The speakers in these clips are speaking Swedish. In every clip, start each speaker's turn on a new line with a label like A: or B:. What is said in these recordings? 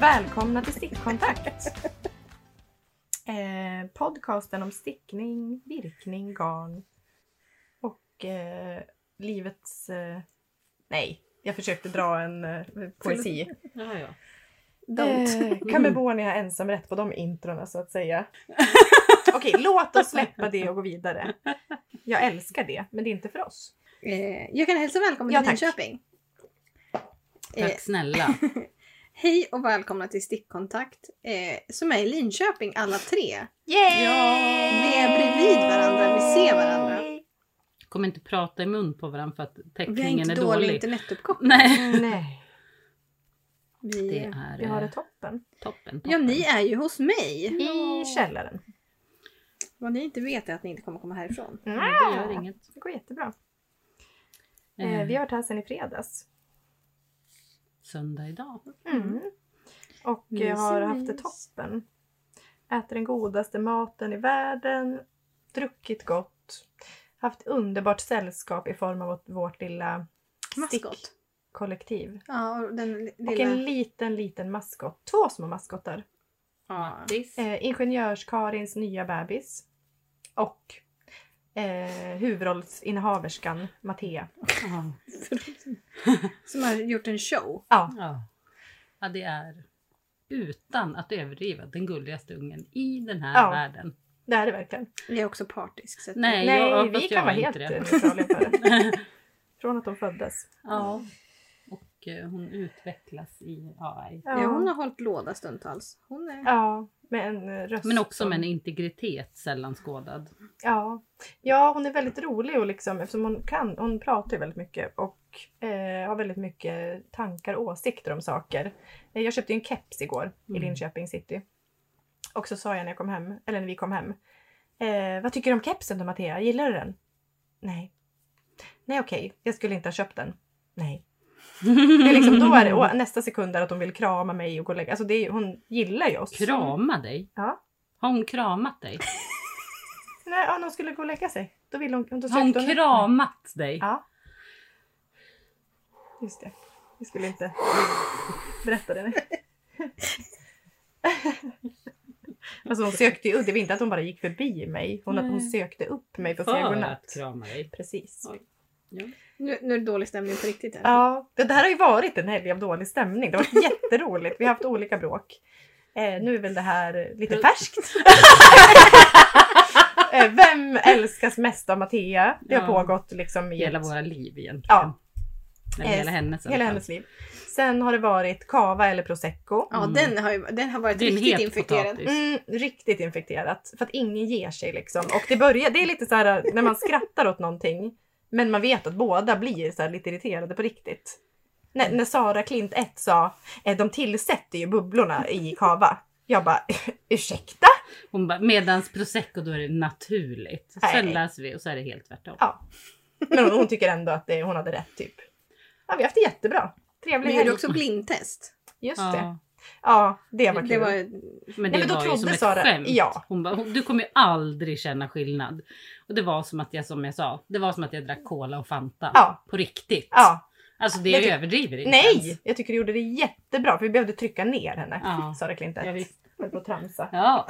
A: Välkomna till Stickkontakt! Eh, podcasten om stickning, virkning, garn och eh, livets... Eh, nej, jag försökte dra en eh, poesi.
B: Ja, ja. Mm.
A: Eh, Kamerbornia har ensamrätt på de introna så att säga. Okej, låt oss släppa det och gå vidare. Jag älskar det, men det är inte för oss.
C: Eh, jag kan hälsa välkommen
A: Ja,
C: till
A: tack.
C: Linköping. Eh,
B: Tack snälla.
C: hej och välkomna till Stickkontakt eh, som är i Linköping alla tre.
A: Yay!
C: Vi är bredvid varandra, vi ser varandra.
B: Kommer inte prata i mun på varandra för att
C: Vi har
B: täckningen
C: inte
B: är
C: dålig,
B: dålig.
C: internetuppkoppling.
B: Nej.
A: Nej,
B: Det
C: Vi...
B: är
A: vi har
B: eh,
A: det toppen.
B: toppen, toppen.
C: Ja, ni är ju hos mig.
A: I källaren.
C: Vad ni inte vet är att ni inte kommer komma härifrån.
A: Mm.
B: Ja, Det gör
C: Ah!
B: inget.
A: Det går jättebra.
B: Eh,
C: Mm.
A: Eh, vi har varit här sedan i fredags.
B: Söndag idag.
A: Mm. Och eh,
C: Mysig
A: har haft det
C: mys.
A: toppen. Äter den godaste maten i världen. Druckit gott. Haft underbart sällskap i form av vårt, vårt lilla
C: Maskot.
A: stickkollektiv.
C: Ja, och den li-
A: Och
C: lilla...
A: en liten, liten maskot. Två små maskottar.
C: Ja.
A: Eh, Ingenjörs-Karins nya bebis. Och eh, huvudrollsinnehaverskan Mattea.
B: Ja.
C: Som har gjort en show.
A: Ja,
B: Ja. ja, det är utan att överdriva den gulligaste ungen i den här
A: Ja.
B: världen.
A: det är det verkligen.
C: Jag är också partisk. Så att
B: Nej,
A: Nej,
B: jag,
A: vi
B: fast
A: kan
B: jag
A: vara
B: är
A: helt
B: inte det.
A: neutrala inför det. Från att de föddes.
B: Ja. Och eh, hon utvecklas i AI.
C: Ja, hon har hållit låda stundtals. Hon är...
A: ja, med en eh, röst.
B: Men också
A: som-
B: med en integritet sällan skådad.
A: Ja. ja, hon är väldigt rolig och liksom, eftersom hon kan, hon pratar ju väldigt mycket och eh, har väldigt mycket tankar och åsikter om saker. Eh, Jag köpte ju en keps igår i
B: Mm.
A: Linköping city. Och så sa jag när jag kom hem, eller när vi kom hem. Eh, vad tycker du om kepsen då Mattea? Gillar du den? Nej. Nej okej, jag skulle inte ha köpt den. Nej. Det är liksom, då är det, och nästa sekund är att hon vill krama mig och gå och lägga Alltså det är, hon gillar ju oss.
B: Krama dig?
A: Ja.
B: Har hon kramat dig?
A: Nej, ja, när hon skulle gå och lägga sig. Då ville hon... Då
B: Har hon
A: sökte
B: kramat dig?
A: Ja. Just det. Vi skulle inte berätta det nu. alltså hon sökte ju... Det var inte att hon bara gick förbi mig. Hon, att hon
B: Nej.
A: sökte upp mig på att säga
B: För att
A: godnatt.
B: krama dig?
A: Precis.
B: Oj.
C: Nu, nu är det dålig stämning på riktigt här.
A: Ja, det det här har ju varit en helg av dålig stämning. Det har varit jätteroligt. Vi har haft olika bråk. Eh, nu är väl det här lite
B: Pro-
A: färskt. eh, vem älskas mest av Mattea? Det har
B: Ja.
A: pågått liksom i
B: Hela
A: ett-
B: våra liv egentligen.
A: Ja.
B: Eller hela
A: Eh,
B: hennes i alla
A: hela
B: fall.
A: hennes liv. Sen har det varit kava eller prosecco.
C: Ja,
B: Mm.
C: den, har ju, den har varit
B: Det är en
C: riktigt
B: het
C: infekterad.
B: potatis.
A: Mm, riktigt infekterat. För att ingen ger sig liksom. Och det börjar, det är lite så här äh, när man skrattar åt någonting. Men man vet att båda blir så här lite irriterade på riktigt. När, när Sara Klint 1 sa, eh, de tillsätter ju bubblorna i kava. Jag bara, ursäkta?
B: Hon bara, medans prosecco då är det naturligt.
A: Nej.
B: Sen läser vi och så är det helt tvärtom.
A: Ja. Men hon, hon tycker ändå att det, hon hade rätt typ. Ja, vi har haft det jättebra. Trevlig
C: Vi gjorde
A: helg.
C: också blindtest.
A: Just det.
B: Ja,
A: Ja, det var kul.
C: Det var,
B: men
A: Nej,
B: det
A: men då
B: var ju
A: trodde
B: som ett
A: Sara-
B: skämt.
A: ja.
B: Hon bara, du kommer ju aldrig känna skillnad. Och det var som att jag, som jag sa, det var som att jag drack cola och Fanta.
A: Ja.
B: På riktigt.
A: Ja,
B: Alltså det
A: Jag
B: jag
A: tyck-
B: överdriver inte
A: Nej!
B: ens.
A: Jag tycker du gjorde det jättebra för vi behövde trycka ner henne.
B: Ja.
A: Sara Klint
B: Ja,
A: Jag
B: visst.
A: höll på att tramsa.
B: Ja.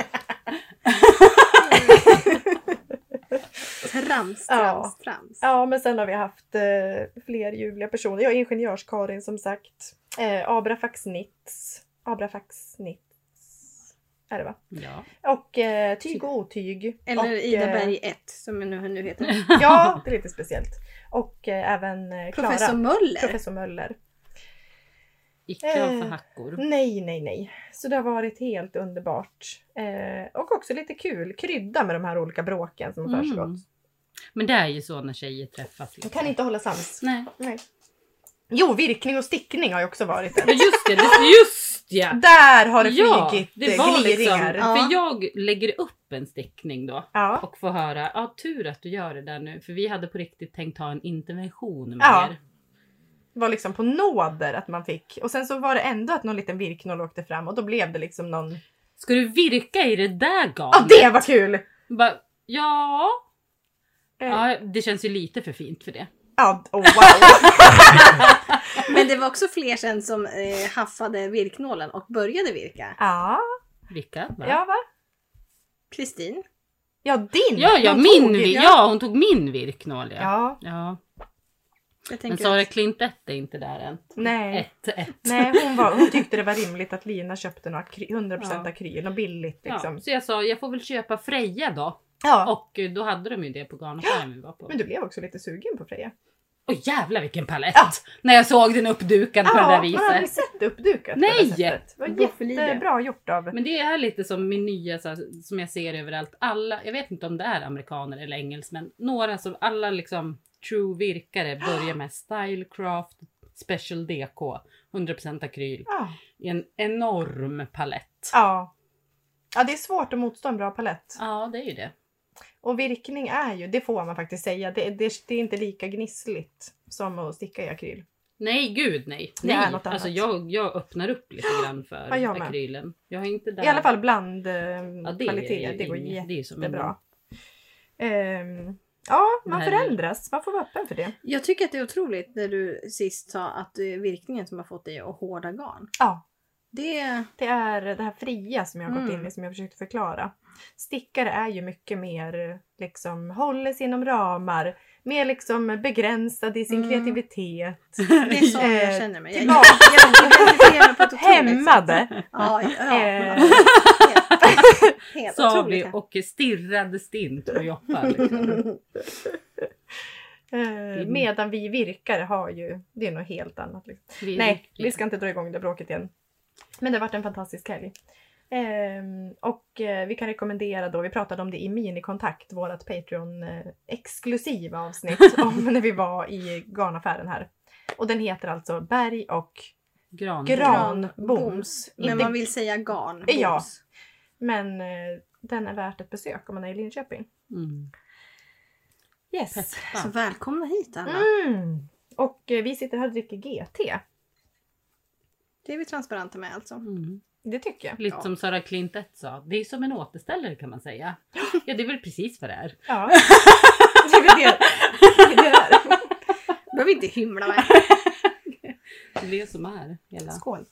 C: Trams, trams,
A: Ja.
C: trams.
A: Ja men sen har vi haft eh, fler ljuvliga personer. Jag är ingenjörs-Karin som sagt. Eh, Abrafax Nitz. Abrafax Nitz. Är det va?
B: ja.
A: Och eh, tyg och otyg.
C: Eller
A: och,
C: Ida
A: eh,
C: Berg 1 som jag nu, nu heter.
A: Ja, det är lite speciellt. Och eh, även eh, Klara.
C: Professor Möller.
A: Professor Möller.
B: Icke av
A: Eh.
B: för hackor.
A: Nej, nej, nej. Så det har varit helt underbart. Eh, och också lite kul. Krydda med de här olika bråken som har
B: Mm.
A: försiggått.
B: Men det är ju så när tjejer träffas.
A: De
B: liksom.
A: kan inte hålla sams.
B: Nej.
A: Nej. Jo, virkning och stickning har ju också varit det.
B: Ja just det, det- just ja!
A: Där har det
B: Ja,
A: flugit eh,
B: det var liksom,
A: gliringar.
C: Ja.
B: för jag lägger upp en stickning då
A: Ja.
B: och får höra, ja tur att du gör det där nu för vi hade på riktigt tänkt ha en intervention med
A: Ja.
B: er.
A: Det var liksom på nåder att man fick. Och sen så var det ändå att någon liten virknoll åkte fram och då blev det liksom någon...
B: Ska du virka i det där
A: Ja,
B: garnet?
A: det Eh. var kul!
B: Bara, ja.
A: Eh,
B: ja, det känns ju lite för fint för det.
A: Ja, oh, wow.
C: Men det var också fler sen som eh, haffade virknålen och började virka.
A: ja,
B: Vilka? Va?
A: ja va?
C: Kristin.
A: Ja, din!
B: Ja, ja,
A: De
B: min,
A: tog ju-
B: vi- ja, hon tog min virknål ja.
A: Ja,
B: ja.
C: Jag
B: Men
C: tänker
B: Sara
C: att-
B: Klintett är inte där än.
A: nej.
B: Ett, ett.
A: Nej, hon, var, hon tyckte det var rimligt att Lina köpte några akry, 100%
B: Ja.
A: akryl och billigt
B: Ja,
A: liksom.
B: så jag sa, jag får väl köpa Freja då.
A: Ja.
B: Och eh, då hade de ju det på garnaffären vi var på.
A: Men du blev också lite sugen på Freja.
B: Åh jävlar vilken palett!
A: Ja.
B: När jag såg den uppdukad på det där
A: man har aldrig
B: viset.
A: sett det uppdukat på
B: Nej!
A: det sättet. Det var
C: Buffeliga.
A: jättebra gjort av...
B: Men det är lite som min nya, så här, som jag ser överallt, alla, jag vet inte om det är amerikaner eller engelsmän, några som, alla liksom true virkare börjar med stylecraft, special DK, 100% akryl
A: Ja.
B: i en enorm palett.
A: ja. Ja, det är svårt att motstå en bra palett.
B: Ja, det är ju det.
A: Och virkning är ju, det får man faktiskt säga, det, det, det är inte lika gnissligt som att sticka i akryl.
B: Nej, gud nej.
A: Det
B: nej.
A: är något
B: Alltså
A: annat.
B: jag, jag öppnar upp lite grann för
A: Ja, jag med.
B: akrylen. Jag har inte där.
A: I alla fall bland eh,
B: ja, det
A: kvalitet.
B: är
A: Det går
B: inget-
A: jättebra.
B: det är som en-
A: Ehm, ja, man
B: här-
A: förändras. Man får vara öppen för det.
C: Jag tycker att det är otroligt när du sist sa att det är virkningen som har fått dig att hårda garn.
A: Ja,
C: Det...
A: det är det här fria som jag har gått
C: Mm.
A: in i som jag försökte förklara. Stickare är ju mycket mer liksom håller sig inom ramar. Mer liksom begränsad i sin
C: Mm.
A: kreativitet.
C: Det är så jag
A: Eh,
C: känner mig. Jag, jag,
A: tillbaka.
C: jag identifierar mig på ett otroligt sätt.
A: Hämmade.
C: Ja, ja. ja.
A: Eh.
C: Helt- Helt
B: Sa
C: otroligt.
B: vi och stirrade stint på Joppa. Liksom.
A: Eh,
C: Mm.
A: medan vi virkare har ju, det är något helt annat. Liksom.
B: Vi-
A: Nej, vi ska inte dra igång det bråket igen. Men det har varit en fantastisk helg. Ehm, och eh, vi kan rekommendera då, vi pratade om det i minikontakt, vårat Patreon-exklusiva avsnitt om när vi var i garnaffären här. Och den heter alltså Berg och
B: Gran.
A: Granboms.
C: Men
A: Inte-
C: man vill säga garn.
A: Ja.
C: Boms.
A: Men eh, den är värt ett besök om man är i Linköping.
B: Mm.
A: Yes!
C: Så
B: Peppa.
C: välkomna hit alla.
A: Mm. Och eh, vi sitter här och dricker GT.
C: Det är vi transparenta med alltså.
B: Mm.
A: Det tycker jag.
B: Lite
C: Ja.
B: som Sara Klintett sa, det är som en återställare kan man säga. Ja, det är väl precis vad det är.
A: Ja. Det är väl det- det är det där.
C: behöver inte hymla med.
B: Det är det som är hela.
A: Skål!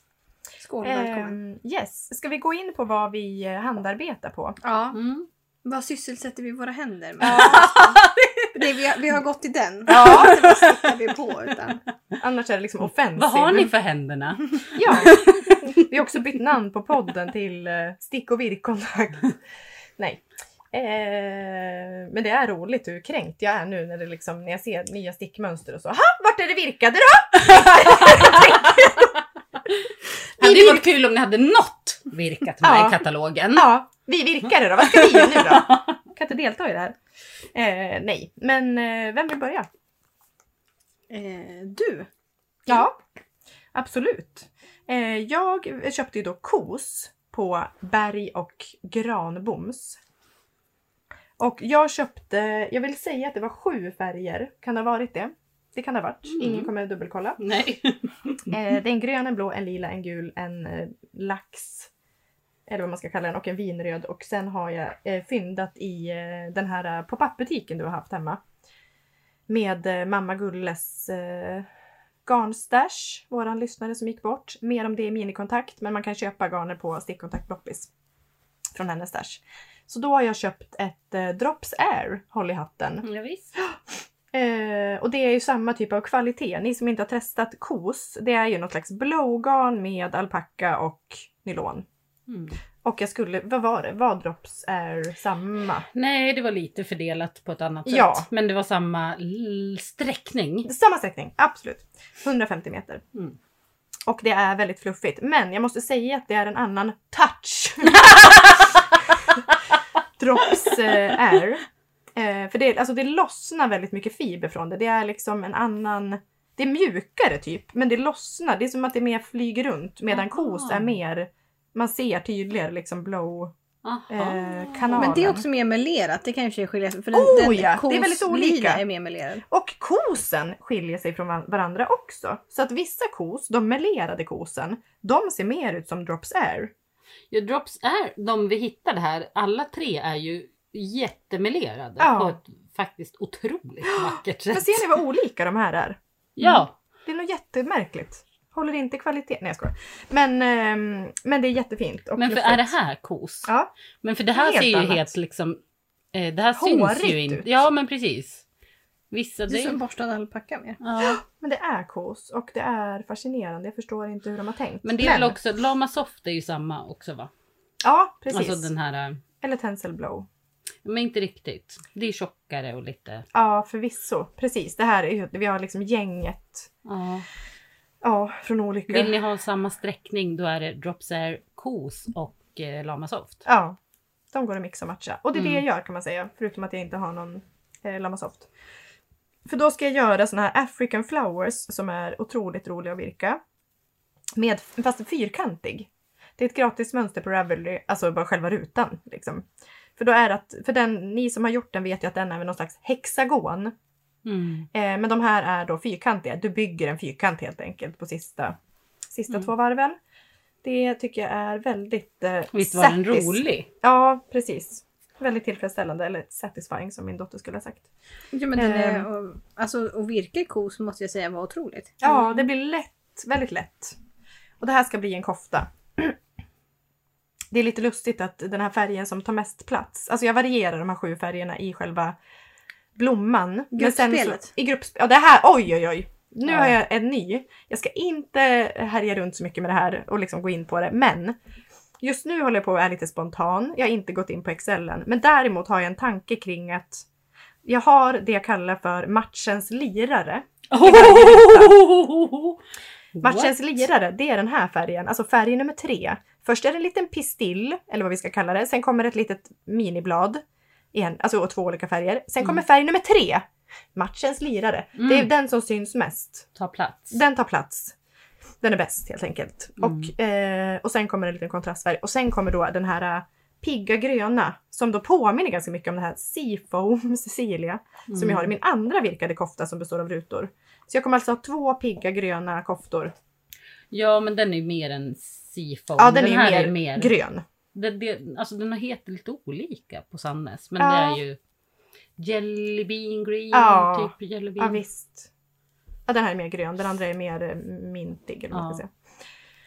C: Skål och välkommen.
A: Ehm, yes, ska vi gå in på vad vi eh, handarbetar på?
C: Ja,
B: Mm.
C: vad sysselsätter vi våra händer med? Det, vi, har, vi har gått i den.
A: Ja.
C: Inte vad sitter vi på utan.
A: Typ, Annars är det liksom offensivt.
B: Vad har ni för händerna?
A: Ja. Vi har också bytt namn på podden till eh, Stick och virkkontakt. Nej. Eh, men det är roligt hur kränkt jag är nu när, det liksom, när jag ser nya stickmönster och så. Ha, vart är det virkade då?
B: Det hade ju varit kul om ni hade något virkat med
A: Ja.
B: i katalogen.
A: Ja, vi virkade då. Vad ska vi göra nu då? Kan inte delta i det här. Eh, nej, men eh, vem vill börja?
C: Eh, du.
A: Ja, absolut. Eh, jag köpte ju då kos på berg och granboms. Och jag köpte, jag vill säga att det var sju färger. Kan det ha varit det? Det kan det ha varit.
B: Mm.
A: Ingen kommer att dubbelkolla.
B: Nej.
A: Eh, det är en grön, en blå, en lila, en gul, en eh, lax. Eller vad man ska kalla den. Och en vinröd. Och sen har jag eh, fyndat i eh, den här eh, pop-up-butiken du har haft hemma. Med eh, mamma Gulles eh, garnstash. Våran lyssnare som gick bort. Mer om det i minikontakt. Men man kan köpa garner på stickkontakt Bloppis. Från hennes stash. Så då har jag köpt ett eh, Drops Air håll i hatten.
B: Ja, visst.
A: Eh, och det är ju samma typ av kvalitet. Ni som inte har testat kos, det är ju något slags blowgarn med alpacka och nylon.
B: Mm.
A: Och jag skulle, vad var det? Vad drops är samma?
B: Nej, det var lite fördelat på ett annat sätt.
A: Ja.
B: Men det var samma l- sträckning.
A: Samma sträckning, absolut. 150 meter.
B: Mm.
A: Och det är väldigt fluffigt. Men jag måste säga att det är en annan touch. drops eh, är. Eh, för det, alltså det lossnar väldigt mycket fiber från det. Det är liksom en annan... Det är mjukare typ, men det lossnar. Det är som att det mer flyger runt medan
B: Aha.
A: kos är mer... Man ser tydligare liksom blow... Eh, kanal.
C: Men det är också mer melerat. Det kan ju i och för sig skilja sig. För
A: Oh,
C: den, den
A: ja. Det är väldigt
C: koslila
A: olika.
C: är mer melerad.
A: Och kosen skiljer sig från va- varandra också. Så att vissa kos, de melerade kosen, de ser mer ut som drops air.
B: Ja, drops är de vi hittade här. Alla tre är ju jättemelerade
A: Ja.
B: på ett faktiskt otroligt vackert
A: Men
B: sätt.
A: ser ni vad olika de här är?
B: Ja,
A: Det är nog jättemärkligt. Håller inte kvalitet. Nej jag skojar. Men, ehm, men det är jättefint. Och
B: men för
A: lustigt.
B: är det här kos?
A: Mm. Ja.
B: Men för det här
A: Helt
B: ser ju
A: annat.
B: helt liksom... Eh, det här
A: Hårigt
B: syns ju inte.
A: ut.
B: Ja men precis. Vissa
C: Det är som
B: det...
C: borstad alpacka mer.
B: Ja.
A: Men det är kos och det är fascinerande. Jag förstår inte hur de har tänkt.
B: Men det är väl också, Lama Soft är ju samma också va?
A: Ja, precis.
B: Alltså den här, eh,
A: Eller Tencel Blow.
B: men inte riktigt. Det är tjockare och lite...
A: Ja, förvisso. Precis. Det här är ju, vi har liksom gänget
B: Ja.
A: ja, från olika...
B: Vill ni ha samma sträckning då är det Drops Air Kos och eh, Lama Soft.
A: Ja. De går att mixa och matcha. Och det är det
B: Mm.
A: jag gör kan man säga. Förutom att jag inte har någon eh, Lamasoft. För då ska jag göra såna här African flowers som är otroligt roliga att virka. Med, fast fyrkantig. Det är ett gratis mönster på Ravelry, alltså bara själva rutan. Liksom. För då är det att, för den, ni som har gjort den vet ju att den är med någon slags hexagon.
B: Mm.
A: Eh, men de här är då fyrkantiga. Du bygger en fyrkant helt enkelt på sista, sista
B: Mm.
A: två varven. Det tycker jag är väldigt eh,
B: Visst var den
A: satis-
B: rolig? Typ
A: Ja, precis. Väldigt tillfredsställande, eller satisfying som min dotter skulle ha sagt.
C: Ja, men den är,
A: Ehm.
C: och, alltså, och virka i kos måste jag säga var otroligt. Mm.
A: Ja, det blir lätt, väldigt lätt. Och det här ska bli en kofta. Det är lite lustigt att den här färgen som tar mest plats, alltså jag varierar de här sju färgerna i själva blomman. Men sen
C: Gruppspelet.
A: Så, I gruppspelet. Ja, det här, oj oj oj! Nu
B: Ja.
A: har jag en ny. Jag ska inte härja runt så mycket med det här och liksom gå in på det, men just nu håller jag på att vara lite spontan. Jag har inte gått in på Excel än, men däremot har jag en tanke kring att jag har det jag kallar för matchens lirare. Matchens lirare, det är den här färgen, alltså färg nummer tre. Först är det en liten pistill, eller vad vi ska kalla det. Sen kommer ett litet miniblad. Igen, alltså och två olika färger. Sen
B: Mm.
A: kommer färg nummer tre. Matchens lirare.
B: Mm.
A: Det är den som syns mest.
B: Ta plats.
A: Den tar plats. Den är bäst helt enkelt.
B: Mm.
A: Och, eh, och sen kommer en liten kontrastfärg. Och sen kommer då den här eh, pigga gröna som då påminner ganska mycket om den här Seafoam Cecilia som
B: Mm.
A: jag har i min andra virkade kofta som består av rutor. Så jag kommer alltså ha två pigga gröna koftor
B: Ja men den är mer en seafoam.
A: Ja, den, är,
B: här
A: mer grön.
B: Det, det, alltså den heter lite olika på Sannes. Men
A: Ja.
B: det är ju Jelly Bean Green,
A: Ja.
B: typ Jelly
A: Ja,
B: Bean.
A: visst. Ja, den här är mer grön. Den andra är mer eh, mintig. Eller vad man ska
B: Ja.
A: säga.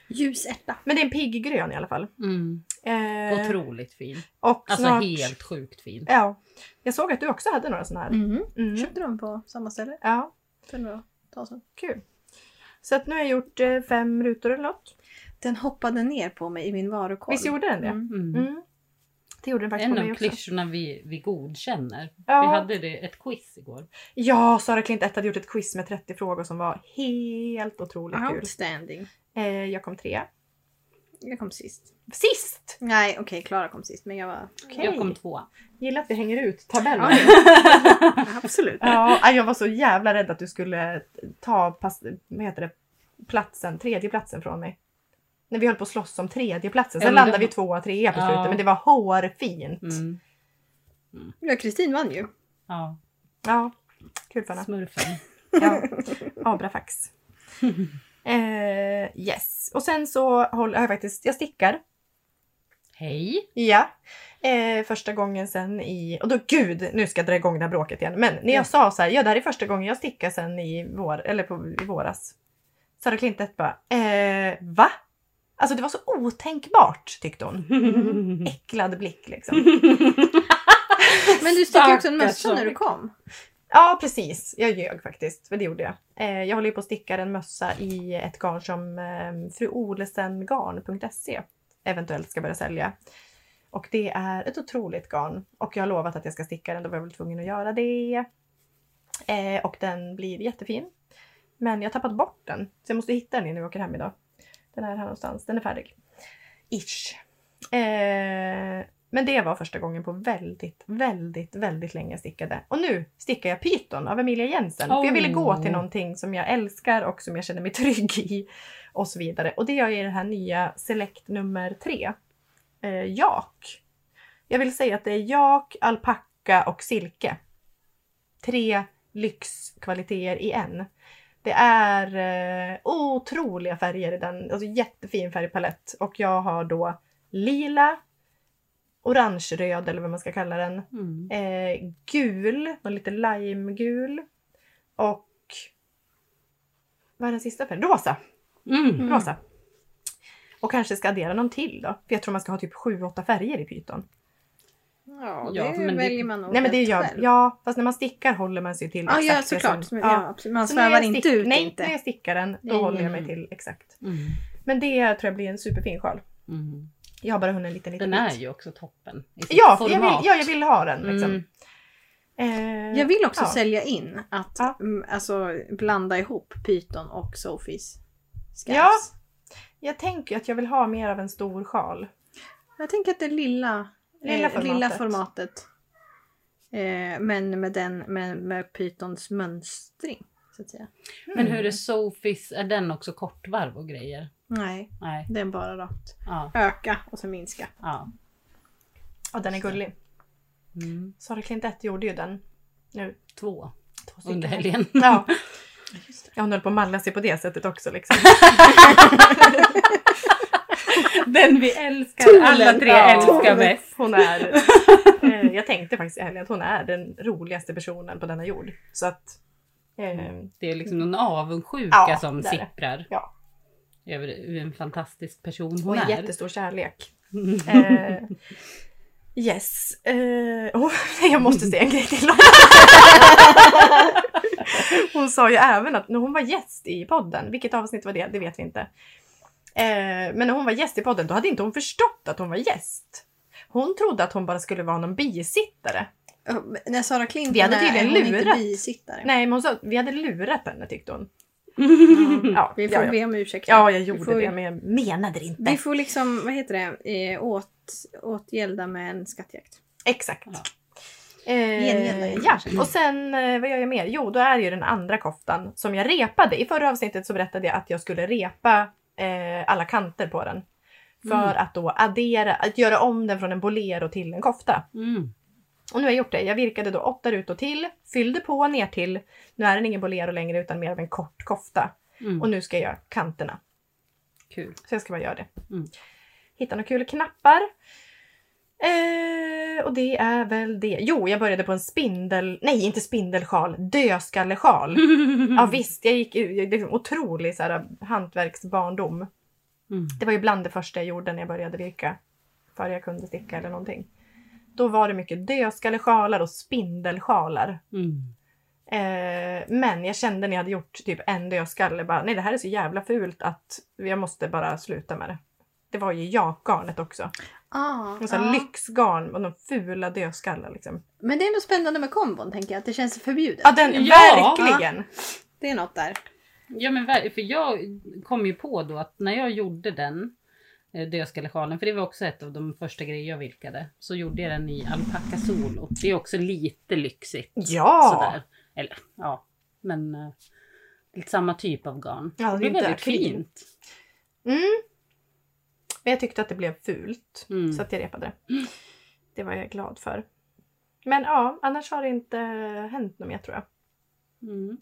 C: Ljusetta.
A: Men det är en pigg grön i alla fall.
B: mm.
A: Eh,
B: Otroligt fin.
A: och
B: Alltså
A: snart,
B: helt sjukt fin.
A: Ja. Jag såg att du också hade några sådana här.
C: Mm.
A: Mm.
C: Köpte de på samma ställe
A: Ja,
C: för några tag sedan.
A: kul. Så att nu har jag gjort eh, fem rutor eller något.
C: Den hoppade ner på mig i min varukorg.
A: Visst gjorde den det? Mm.
C: Mm.
B: Mm.
A: Det gjorde den faktiskt
B: En
A: på mig
B: av
A: också.
B: klyschorna vi, vi godkänner.
A: Ja.
B: Vi hade det, ett quiz igår.
A: ja, Sara Klintett hade gjort ett quiz med 30 frågor som var helt otroligt kul.
C: Outstanding.
A: Eh, jag kom trea.
C: Jag kom sist.
A: Sist!
C: Nej okej, Klara kom sist men jag var...
A: Okej.
B: Jag kom tvåa.
A: Gillar att vi hänger ut tabellen.
C: Absolut.
A: Ja, nej, jag var så jävla rädd att du skulle ta pass, vad heter det, platsen, tredjeplatsen från mig. När vi höll på att slåss om tredjeplatsen. Sen
B: Ja, men
A: landade
B: det-
A: vi tvåa, trea på
B: Ja.
A: slutet. Men det var hårfint.
B: Mm.
C: Ja, Kristin vann ju.
B: Ja,
A: Ja, kul för henne.
B: smurfen.
A: Ja. Abrafax. Eh, yes. Och sen så håller jag faktiskt, jag stickar.
B: Hej!
A: Ja. Eh, första gången sen i, och då gud, nu ska jag dra igång det här bråket igen. Men när jag
C: Ja.
A: sa så här, ja det här är första gången jag stickar sen i vår, eller på, i våras. Sara Klintet bara, eh, va? Alltså det var så otänkbart tyckte hon.
B: Mm-hmm. Mm.
A: Äcklad blick liksom.
C: Men du stickade också en
B: Stackars
C: mössa när du
B: Sara.
C: kom.
A: Ja precis, jag ljög faktiskt. Men det gjorde jag. Eh, jag håller ju på att sticka en mössa i ett garn som eh, fruolesengarn.se eventuellt ska börja sälja. Och det är ett otroligt garn. Och jag har lovat att jag ska sticka den, då var jag väl tvungen att göra det. Eh, och den blir jättefin. Men jag har tappat bort den, så jag måste hitta den innan vi åker hem idag. Den är här någonstans, den är färdig. Ish. Eh, men det var första gången på väldigt, väldigt, väldigt länge jag stickade. Och nu stickar jag Python av Emilia Jensen. För jag ville gå
B: Oh.
A: till någonting som jag älskar och som jag känner mig trygg i. Och så vidare. Och det gör jag i den här nya Select nummer tre. Eh, jak. Jag vill säga att det är jak, alpacka och silke. Tre lyxkvaliteter i en. Det är eh, otroliga färger i den. Alltså jättefin färgpalett. Och jag har då lila, orange-röd eller vad man ska kalla den.
B: Mm.
A: Eh, gul, någon lite limegul. Och vad är den sista färgen? Rosa!
B: Mm.
C: Mm.
A: rosa. Och kanske ska addera någon till då. För jag tror man ska ha typ 7-8 färger i pyton.
C: Ja,
B: Ja,
C: det
B: men det-
C: väljer man nog
A: Nej men det
C: helt
A: gör
C: själv.
A: Ja, fast när man stickar håller man sig till
C: Ja, ja
A: det
C: såklart.
A: som-
C: Men,
A: ja.
C: ja. absolut. Man
A: Så när jag
C: svävar inte
A: stick-
C: ut
A: Nej,
C: inte.
A: när jag stickar den då
C: Nej.
A: håller jag mig till exakt. Men det tror jag blir en superfin sjal.
B: Mm.
A: Jag har bara hunnit en liten liten
B: Den är
A: bit.
B: ju också toppen. i sitt
A: Ja, för jag
B: format.
A: vill, ja, jag vill ha den liksom.
B: Mm.
A: Eh,
C: Jag vill också
A: ja.
C: sälja in att
A: Ja.
C: mm, alltså, blanda ihop Python och Sofies scarves.
A: Ja. Jag tänker ju att jag vill ha mer av en stor sjal.
C: Jag tänker att det lilla,
A: Lilla
C: eh, lilla
A: formatet.
C: formatet eh, men med, den, med, med Pythons mönstring. Så att säga.
B: Men
A: Mm.
B: hur är Sofis, är den också kortvarv och grejer?
C: Nej,
B: Nej.
C: det är bara rakt.
B: Ja.
C: Öka och sen minska.
B: ja.
A: Ja, den är gullig.
B: Mm.
A: Sara Klintett gjorde ju den nu.
B: Två
A: Två stycken.
B: under helgen.
A: Ja. ja, hon höll på att malla sig på det sättet också liksom.
B: Den vi älskar,
C: Tolen.
B: alla tre
A: Ja.
B: älskar mest.
A: Hon är, eh, jag tänkte faktiskt i helgen att hon är den roligaste personen på denna jord. Så att, eh,
B: Det är liksom någon avundsjuka
A: Ja,
B: som
A: det är det.
B: sipprar.
A: Ja.
B: Över hur en fantastisk person hon
A: och en
B: är.
A: jättestor kärlek. Eh, yes. Eh, oh, jag måste säga en grej till. hon sa ju även att när hon var gäst i podden, vilket avsnitt var det? Det vet vi inte. Eh, men när hon var gäst i podden då hade inte hon förstått att hon var gäst. Hon trodde att hon bara skulle vara någon bisittare.
C: Ja, men När Sara Clinton
A: Vi hade
C: är-
A: tydligen
C: hon är inte
A: lurat.
C: bisittare.
A: Nej, men hon sa att vi hade lurat henne tyckte hon.
C: Mm.
A: Ja,
C: Vi får
A: ja, ja.
C: be om ursäkt.
A: ja jag gjorde
C: Vi får-
A: det men jag menade det inte.
C: Vi får liksom, vad heter det, eh, åt, åtgälda med en skattjakt.
A: Exakt.
B: Ja.
C: Gengälla,
A: Eh, ja.
C: kanske.
A: Och sen eh, vad gör jag mer? Jo, då är det ju den andra koftan som jag repade. I förra avsnittet så berättade jag att jag skulle repa eh, alla kanter på den. För
B: Mm.
A: att då addera, att göra om den från en bolero till en kofta.
B: Mm.
A: Och nu har jag gjort det. Jag virkade då åtta rutor till, fyllde på ner till. Nu är den ingen bolero längre utan mer av en kort kofta.
B: Mm.
A: Och nu ska jag göra kanterna.
B: Kul.
A: Så jag ska bara göra det.
B: Mm.
A: Hitta några kul knappar. Eh, och det är väl det. Jo, jag började på en spindel... Nej, inte spindelsjal. Dödskallesjal. Ja visst, jag gick ut. jag- Liksom, otrolig så här, hantverksbarndom.
B: Mm.
A: Det var ju bland det första jag gjorde när jag började virka. Före jag kunde sticka eller någonting. Då var det mycket dödskallesjalar och spindelsjalar.
B: Mm.
A: Eh, men jag kände när jag hade gjort typ en dödskalle bara, nej det här är så jävla fult att jag måste bara sluta med det. Det var ju jakgarnet också.
C: Ah,
A: Och så här Lyxgarn och de fula dödskallar liksom.
C: Men det är ändå spännande med kombon tänker jag, att det känns förbjudet.
A: Ja, den,
B: Ja!
A: verkligen!
C: Det är något där.
B: Ja men ver- för jag kom ju på då att när jag gjorde den eh, dödskallesjalen, för det var också ett av de första grejer jag virkade, så gjorde jag den i alpaka solo. Det är också lite lyxigt.
A: Ja!
B: Sådär. Eller ja, men eh, lite samma typ av garn.
A: Ja, det är
B: blir
A: inte
B: väldigt
A: fint.
B: fint.
A: Mm. Men jag tyckte att det blev fult.
B: Mm.
A: Så att jag repade det. Det var jag glad för. Men ja, annars har det inte hänt något mer tror jag.
B: Mm.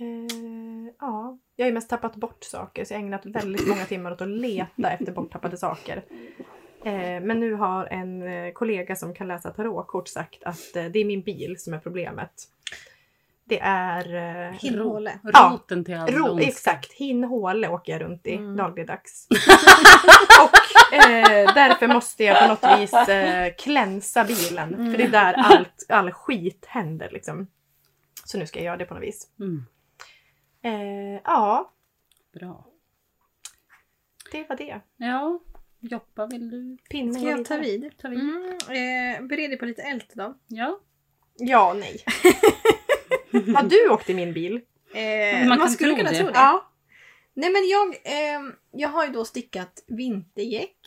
A: Eh, ja, jag har ju mest tappat bort saker så jag har ägnat väldigt många timmar åt att leta efter borttappade saker. Eh, men nu har en eh, kollega som kan läsa tarotkort sagt att eh, det är min bil som är problemet. Det är eh,
C: Hinnhåle.
A: Ja.
B: Roten till all
A: ro,
B: ondska.
A: exakt, Hinnhåle åker jag runt i
C: Mm.
A: dagligdags. Och eh, därför måste jag på något vis eh, klänsa bilen för det är där allt, all skit händer liksom. Så nu ska jag göra det på något vis.
B: Mm.
A: Eh, ja,
B: Bra.
A: det var det.
B: Ja, Joppa vill du
A: Pinne
C: Ska jag ta vid?
B: ta vid?
C: Mm, eh, bered dig på lite ält idag.
B: Ja.
A: Ja, nej. Har du åkt i min bil?
C: Eh,
B: Man
C: man
B: kan
C: skulle
B: tro
C: kunna
B: det.
C: tro det. Nej men jag, ehm, jag har ju då stickat vintergäck.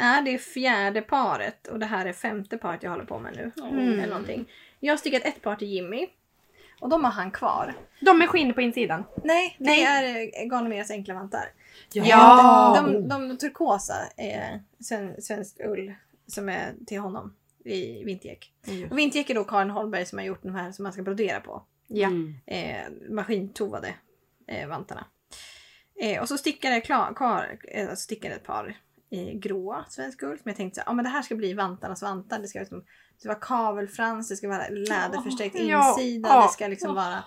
C: Är det fjärde paret och det här är femte paret jag håller på med nu.
A: Mm.
C: Eller någonting. Jag har stickat ett par till Jimmy. Och de har han kvar.
A: De med skinn på insidan.
C: Nej, det
A: Nej.
C: är eh, Garnimeras enkla vantar.
B: Ja!
A: Ja.
C: De, de, de turkosa är sven, svensk ull som är till honom i vintergäck. Och vintergäck är då Karin Holmberg som har gjort de här som man ska brodera på.
A: Ja.
B: Mm.
C: Eh, maskintovade eh, vantarna. Eh, och så stickade jag klar, kvar, eh, stickade alltså ett par i gråa svensk ull. Som jag tänkte så här, ja men det här ska bli vantarnas vantar. Det ska, liksom, det ska vara kavelfrans, det ska vara läderförstärkt
A: Ja,
C: insida,
A: ja,
C: det ska liksom
B: ja.
C: vara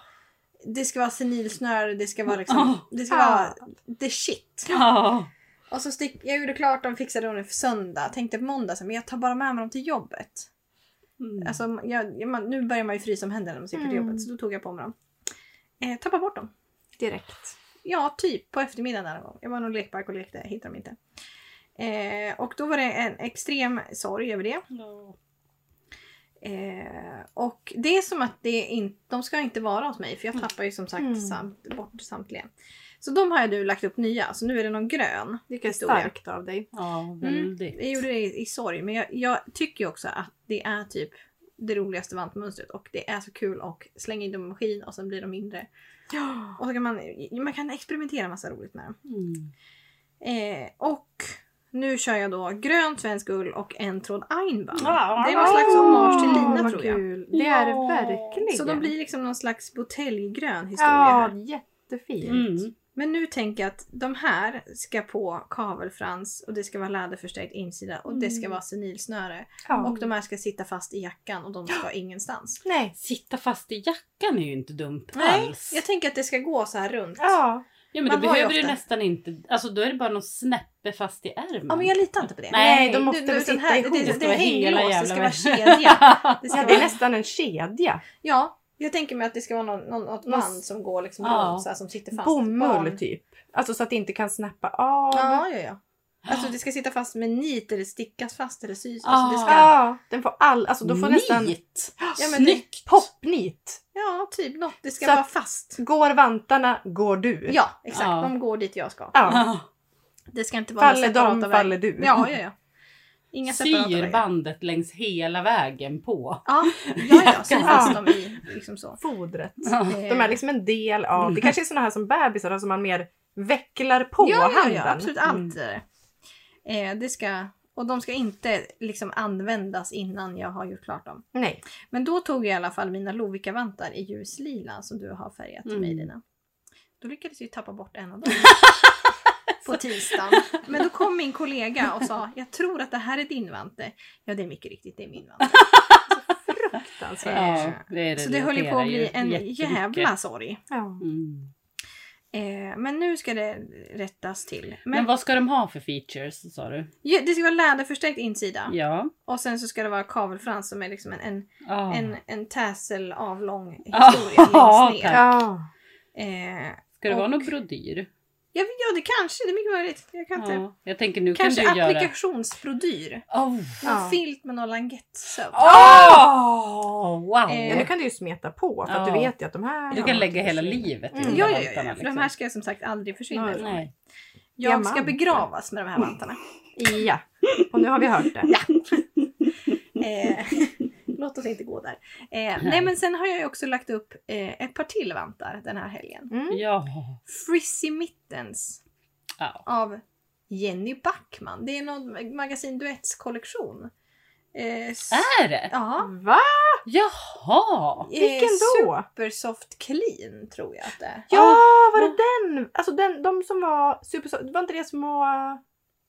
C: det ska vara senilsnöre, det ska vara liksom,
B: Ja,
C: det ska
A: ja.
C: vara the shit.
B: Ja.
C: Och så stick, jag gjorde klart dem, fixade dem för söndag. Tänkte på måndag, så här, men jag tar bara med mig dem till jobbet.
B: Mm.
C: Alltså, jag, jag, man, nu börjar man ju frysa om händerna när man cyklar till
A: Mm.
C: jobbet, så då tog jag på mig dem. Eh, tappade bort dem.
A: Direkt.
C: Ja, typ på eftermiddagen där någon gång. Jag var i någon lekpark och lekte, hittade dem inte. Eh, och då var det en extrem sorg över det.
B: Ja.
C: Eh, och det är som att det inte, de ska inte vara hos mig för jag tappar ju som sagt
A: Mm.
C: samt, bort samtliga. Så de har jag nu lagt upp nya, så nu är det någon grön.
A: Vilket
C: Historia.
A: starkt av dig.
B: ja,
C: Mm.
B: väldigt.
C: Jag gjorde det i, i sorg, men jag, jag tycker ju också att det är typ det roligaste vantmönstret och det är så kul och slänga in dem i maskin och sen blir de mindre.
A: Ja.
C: Och så kan man, man kan experimentera massa roligt med dem.
B: Mm.
C: Eh, och nu kör jag då grön svensk ull och en tråd einband.
B: Ja.
C: Det är någon slags hommage till Lina
A: Ah, vad
C: tror jag.
A: kul. Det är det
B: Ja.
A: verkligen.
C: Så de blir liksom någon slags buteljgrön historia.
A: Ja,
C: här.
A: jättefint.
B: Mm.
C: Men nu tänker jag att de här ska på kavelfrans och det ska vara läderförstärkt insida och det ska
B: Mm.
C: vara senilsnöre.
A: Ja.
C: Och de här ska sitta fast i jackan och de ska ingenstans.
A: Nej.
B: Sitta fast i jackan är ju inte dumt
C: Nej,
B: alls.
C: Jag tänker att det ska gå så här runt.
A: Ja.
B: Ja, men
C: Man
B: då
C: har ju
B: behöver du
C: ofta-
B: nästan inte, alltså då är det bara någon snäppe fast i ärmen.
C: Ja, men jag litar inte på det.
B: Nej,
A: de måste
C: Nu-
A: väl
C: nu, den
A: sitta
C: här-
A: ihop.
C: det-
B: det
A: Det,
B: ska
C: det
B: vara
C: är
B: hela
C: hänglås, det
B: jävla
C: ska vara
B: världen.
C: kedja. Det ska
A: ja, det är nästan en kedja.
C: Ja, jag tänker mig att det ska vara någon, någon, något
A: Någon
C: band som går liksom
B: Ja.
C: runt så här, som sitter fast.
A: Bomull
C: Barn.
A: typ. Mm. Alltså så att det inte kan snappa av.
C: Ja, ja, ja. Alltså det ska sitta fast med nit eller stickas fast eller sys. Alltså, det
B: Ah.
C: ska,
A: Ja, den får all, alltså då får nästan
B: Nit!
C: Ja, men det-
B: Snyggt!
A: popnit.
C: ja, typ något. Det ska
A: Så att-
C: vara fast.
A: Går vantarna, går du.
C: Ja, exakt.
B: Ja.
C: De går dit jag ska.
A: Ja.
B: Ah,
C: Det ska inte vara några
A: Faller
C: separata
A: de,
C: vägar.
A: faller du.
C: Ja, ja, ja. Inga separata
B: Syr
C: vägar.
B: bandet längs hela vägen på.
C: Ja, ja, ja. Syr
B: Jackan.
C: fast dem i liksom så.
A: Fodret.
B: Ja.
A: De
C: Eh.
A: är liksom en del av, det kanske är såna här som bebisar som man mer vecklar på
C: Mm. Eh, ja, ja,
A: handen. Mm.
C: ja, absolut allt är det. Eh, det ska, och de ska inte liksom användas innan jag har gjort klart dem.
A: Nej.
C: Men då tog jag i alla fall mina Lovikka-vantar i ljuslila som du har färgat till mig
B: Mm.
C: Lina. Då lyckades jag ju tappa bort en av dem. på tisdagen. Men då kom min kollega och sa jag tror att det här är din vante. Ja det är mycket riktigt, det är min vante.
A: Fruktansvärt.
B: Ja, det är
C: Så det höll ju
B: irriterar
C: på att bli
B: ju
C: en
B: jättemycket.
C: jävla sorg.
A: Ja.
B: Mm.
C: Eh, men nu ska det rättas till.
B: Men,
C: Men
B: vad ska de ha för features sa du?
C: Ja, det ska vara läderförstärkt insida
B: Ja.
C: och sen så ska det vara kavelfrans som är liksom en, en,
B: Ah.
C: en, en tassel avlång
B: Ja.
C: historia
B: Ja,
C: längst ner.
B: tack.
A: Ja.
C: Eh,
B: Ska det vara
C: och-
B: någon brodyr?
C: Ja, men ja, det kanske. Det är mycket möjligt. Jag kan inte.
B: Ja. Jag tänker nu
C: Kanske
B: kan du göra...
C: applikationsbrodyr.
B: Oh.
C: Någon
A: Ja.
C: filt med någon langettsöm.
B: Oh! Wow!
A: ja,
C: Eh,
A: nu kan du ju smeta på för att
B: Ja.
A: du vet ju att de här...
B: Du kan lägga hela livet i
A: Mm.
B: de
C: Ja,
B: där
C: ja, ja, ja.
B: vantarna, liksom.
C: För de här ska som sagt aldrig försvinna.
A: Nej.
C: ifrån mig.
B: Nej.
C: Jag ska
A: Diamanter.
C: begravas med de här vantarna.
A: Ja. Och nu har vi hört det.
C: Eh, Låt oss inte gå där. Eh, nej men sen har jag ju också lagt upp eh, ett par till vantar den här helgen.
A: Mm.
B: Ja.
C: Frizzy Mittens
B: Ja.
C: av Jenny Backman. Det är någon magasin Duets kollektion. Eh, s-
B: Är det?
C: Ja.
A: Va?
B: Ah. Jaha!
C: Eh,
A: Vilken då?
C: Supersoft Clean tror jag att det är.
A: Ja, var det den? Alltså den, de som var supersoft, var inte det små...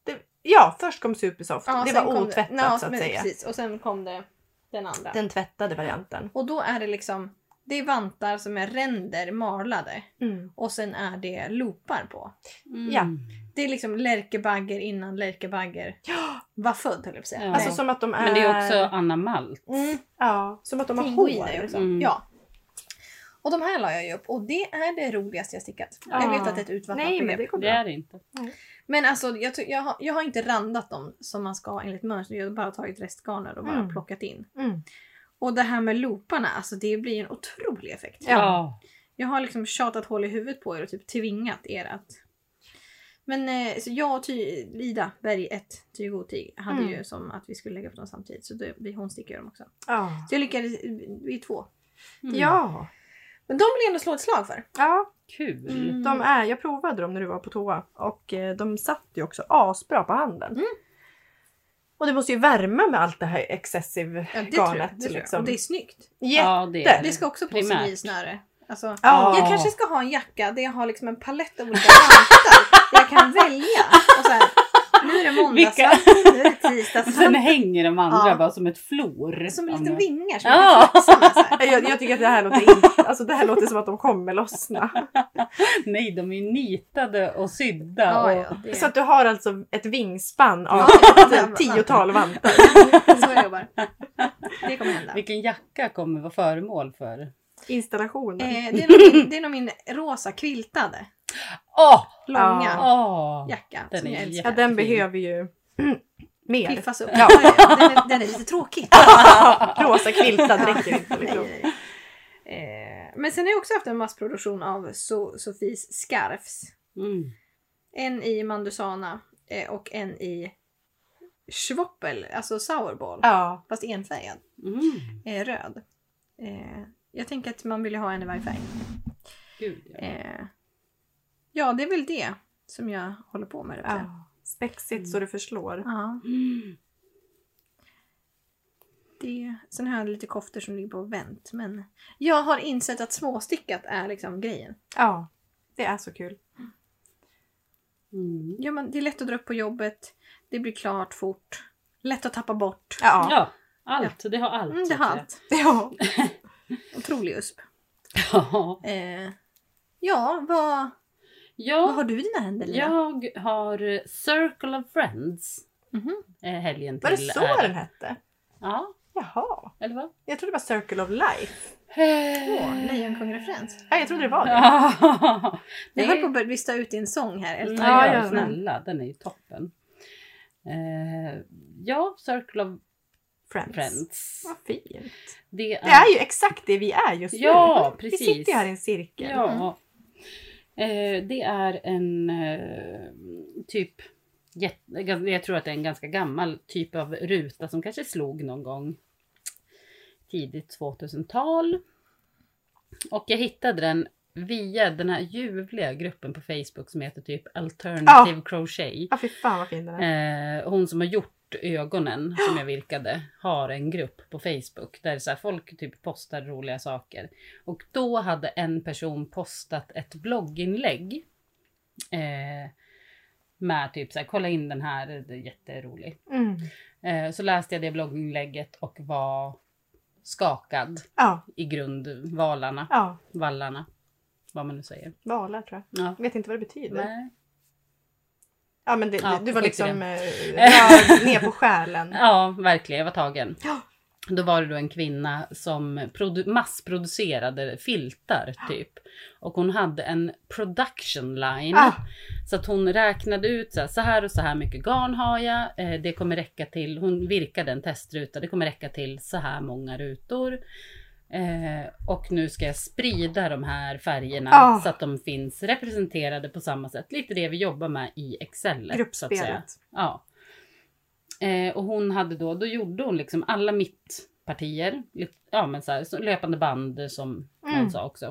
A: Det, ja, först kom supersoft.
C: Ja,
A: det
C: sen
A: var
C: kom
A: otvättat
C: ja,
A: så att
C: men
A: säga.
C: Precis, och sen kom det den andra.
A: Den tvättade varianten.
C: Och då är det liksom, det är vantar som är ränder marlade
A: Mm.
C: och sen är det loopar på.
B: Mm.
A: Ja.
C: Det är liksom lärkebagger innan lärkebagger var född höll jag på att säga.
B: Ja.
A: Alltså
C: Nej.
A: som att de är...
B: Men det är också Anna Malt.
C: mm,
A: Ja, som att de har
C: pingviner
A: hår.
C: också.
B: Mm.
C: liksom. Ja. Och de här la jag ju upp och det är det roligaste jag stickat. Jag
A: Ja.
C: vet att det är ett utvattnat
A: Nej, men
C: begrepp.
A: det går
B: Det
A: bra.
B: är det inte.
C: Men alltså jag, ty- jag, har, jag har inte randat dem som man ska enligt mönster. Jag har bara tagit restgarner och bara
A: Mm.
C: plockat in.
A: Mm.
C: Och det här med looparna, alltså det blir en otrolig effekt.
A: Ja.
B: Ja.
C: Jag har liksom tjatat hål i huvudet på er och typ tvingat er att... Men eh, så jag och ty- Lida Berg 1, Tyg och Otyg, hade
A: Mm.
C: ju som att vi skulle lägga upp dem samtidigt. Så det, vi- hon sticker ju dem också.
A: Ja.
C: Så jag lyckades, eh, vi är två.
B: Mm.
A: Ja.
C: Men de vill jag ändå slå ett slag för. Mm.
A: ja,
B: Kul.
A: Mm. de
B: Mm.
A: är, jag provade dem när du var på toa och eh, de satt ju också asbra på handen.
B: Mm.
A: Och det måste ju värma med allt det här excessive
C: Ja, det tror jag.
A: garnet.
C: Det tror jag.
A: liksom.
C: Och det är snyggt.
A: Jätte-
B: Ja, det, är
C: Det ska också på
B: Primärt.
C: civilsnöre. Alltså,
A: Ja.
C: Jag kanske ska ha en jacka där jag har liksom en palett av olika vantar jag kan välja. Och så här, Nu är det
B: Vilka?
C: måndagsvamp, nu är det
B: Sen
C: tisdagsvamp.
B: hänger de andra
C: Ja.
B: bara som ett flor.
C: Som en
B: Ja,
C: liten
B: men-
C: vingar som
B: Ja.
C: är flaxande så här.
A: Jag, jag tycker att det här låter, in, alltså det här låter som att de kommer lossna.
B: Nej, de är nitade och sydda.
C: Ja,
B: och...
C: ja, det är-
A: Så att du har alltså ett vingspann av
C: Ja, det
A: ett
C: är-
A: tiotal vantar.
C: Så jag jobbar. Det kommer hända.
B: Vilken jacka kommer vara föremål för?
A: Installationer.
C: Eh, det, är nog min, det är nog min rosa quiltade
B: Åh!
C: långa
A: Ja.
B: Åh!
C: jacka
B: Den
C: som
B: är
C: jag
A: Ja,
C: älskar.
B: jätte-
A: den behöver ju mer.
C: Piffas upp.
A: Ja.
C: Ja. Den, är, den är lite tråkig.
A: Rosa kvilltad räcker inte.
C: Nej,
A: Liksom.
C: nej, nej. Eh, Men sen har jag också haft en massproduktion av so Sofies scarfs.
B: Mm.
C: En i mandusana eh, och en i schwoppel, alltså sourball.
A: Ja,
C: Fast enfärgad,
B: Mm.
C: eh, röd. Eh, Jag tänker att man vill ju ha en i varje färg.
B: Gud, ja.
C: Eh, Ja, det är väl det som jag håller på med. Ja.
A: ja. Spexigt så det förslår.
C: Ja,
B: Mm.
C: det. Sen har jag lite koftor som ligger på vänt. Men jag har insett att småstickat är liksom grejen.
A: Ja, det är så kul.
B: Mm.
C: Ja, men det är lätt att dra upp på jobbet. Det blir klart fort. Lätt att tappa bort.
A: Ja.
B: Ja, allt. Det har allt.
C: Mm,
B: så
C: det
B: att
C: har
B: säga.
C: allt.
A: ja.
C: Otrolig USP.
B: Ja.
C: Eh, ja, vad, vad
B: Ja,
C: har du i dina händer Lina?
B: jag har eh, Circle of Friends.
C: Mhm.
B: Eh, helgen
A: Var
B: till
A: det så
B: ära.
A: den hette?
B: Ja,
A: Jaha.
B: eller vad?
A: Jag trodde det var Circle of Life.
C: Åh, Lejonkungen-referens.
A: Ja, jag trodde det var det.
B: Ja.
C: Jag höll på att börja lista ut din sång här. Eller?
A: Ja,
B: ja,
A: ja,
B: snälla, den är ju toppen. Eh, ja, Circle of
A: Friends.
B: Friends.
A: Vad fint.
B: Det
A: Det är ju exakt det vi är just
B: Ja,
A: nu.
B: precis.
A: Vi sitter ju här i en cirkel.
B: Ja. Eh, det är en eh, typ, jätte- jag tror att det är en ganska gammal typ av ruta som kanske slog någon gång tidigt 2000-tal. Och jag hittade den via den här ljuvliga gruppen på Facebook som heter typ Alternative Crochet.
A: Ja, fy fan vad fin den är.
B: Eh, hon som har gjort ögonen som jag virkade har en grupp på Facebook där så här folk typ postar roliga saker. Och då hade en person postat ett blogginlägg. Eh, med typ så här, kolla in den här, det är jätterolig.
A: Mm.
B: Eh, så läste jag det blogginlägget och var skakad
A: Ja,
B: i grundvalarna,
A: ja.
B: vallarna, vad man nu säger.
A: Valar tror jag.
B: Ja.
A: Jag vet inte vad det betyder.
B: Nej.
A: Ja, men det,
B: Ja,
A: du var
B: skit i
A: liksom
B: det.
A: eh, rörd ner på själen.
B: Ja, verkligen. Jag var tagen.
A: Ja.
B: Då var det då en kvinna som produ- massproducerade filtar typ. Och hon hade en production line.
A: Ah.
B: Så att hon räknade ut så här, så här och så här mycket garn har jag. Eh, det kommer räcka till, hon virkade en testruta, det kommer räcka till så här många rutor. Eh, och nu ska jag sprida de här färgerna
A: Ah.
B: så att de finns representerade på samma sätt. Lite det vi jobbar med i Excel. Så att säga.
A: Gruppspelet.
B: Ja. Eh, och hon hade då, då gjorde hon liksom alla mittpartier, lite- ja men så här, så löpande band som
A: Mm.
B: någon sa också.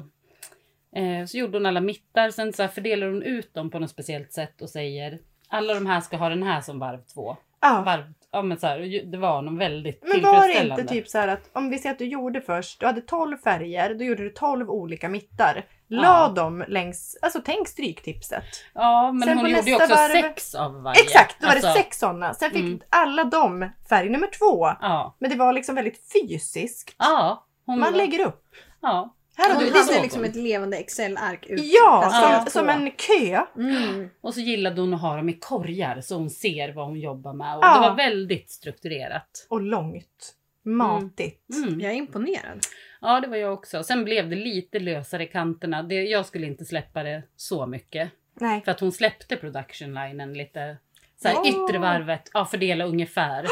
B: Eh, så gjorde hon alla mittar, sen så här fördelar hon ut dem på något speciellt sätt och säger alla de här ska ha den här som varv två.
A: Ja.
B: Varv, ja men så här, och ju- det var någon väldigt
A: Men var det
B: tillfredsställande.
A: inte typ så här att om vi säger att du gjorde först, du hade 12 färger, då gjorde du 12 olika mittar. La
B: Ja.
A: dem längs, alltså tänk stryktipset.
B: Ja men
A: Sen på
B: hon gjorde ju
A: nästa
B: också
A: varv-
B: sex av varje.
A: Exakt, då var det
B: Alltså,
A: sex sådana. Sen fick
B: Mm.
A: alla de färg nummer två.
B: Ja.
A: Men det var liksom väldigt fysiskt.
B: Ja. Hon,
A: Man lägger upp.
B: Mm. ja. alltså-
A: Här har
C: Hon
A: du
B: det är
A: liksom,
C: hade
B: så.
C: liksom ett levande Excel-ark ut.
A: ja,
C: placerat
A: som,
C: på.
A: som en kö.
C: Mm.
B: Och så gillade hon att ha dem i korgar så hon ser vad hon jobbar med. Och
A: Ja.
B: det var väldigt strukturerat.
A: Och långt. Matigt.
B: Mm.
C: Jag är imponerad.
B: Ja, det var jag också. Sen blev det lite lösare i kanterna. Det, jag skulle inte släppa det så mycket.
A: Nej.
B: För att hon släppte production linen lite. Så här,
A: Åh.
B: Yttre varvet, ja, fördela ungefär.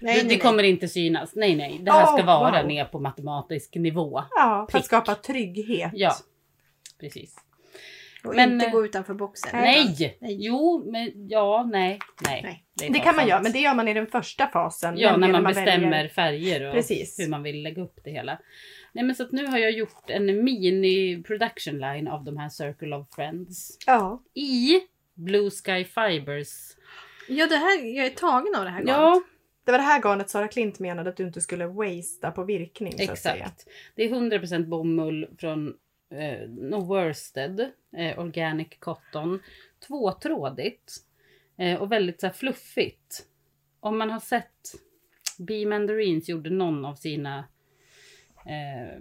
B: det, det kommer inte synas. Nej, nej. Det här
A: Åh,
B: ska vara
A: wow.
B: ner på matematisk nivå.
A: Ja, för att
B: Prick.
A: skapa trygghet.
B: Ja, precis.
C: Och
B: Men,
C: inte
B: eh,
C: gå utanför boxen.
B: Nej!
C: Nej.
B: Jo, men ja, nej, nej.
C: Nej.
B: är
A: Det
B: bara
A: kan man
B: sant.
A: göra, men det gör man i den första fasen.
B: Ja, när
A: nämligen
B: man, bestämmer
A: väljer-
B: färger och
A: Precis.
B: hur man vill lägga upp det hela. Nej, men så att nu har jag gjort en mini production line av de här Circle of Friends
A: Ja.
B: i Blue Sky Fibers.
C: Ja, det här, jag är tagen av det här garnet.
B: Ja,
A: Det var det här garnet Sara Klint menade att du inte skulle wastea på virkning. Så att säga.
B: exakt. Det är 100% bomull från eh, no worsted, eh, organic cotton, tvåtrådigt. Eh, och väldigt så här, fluffigt. Om man har sett Bee Mandarins gjorde någon av sina eh,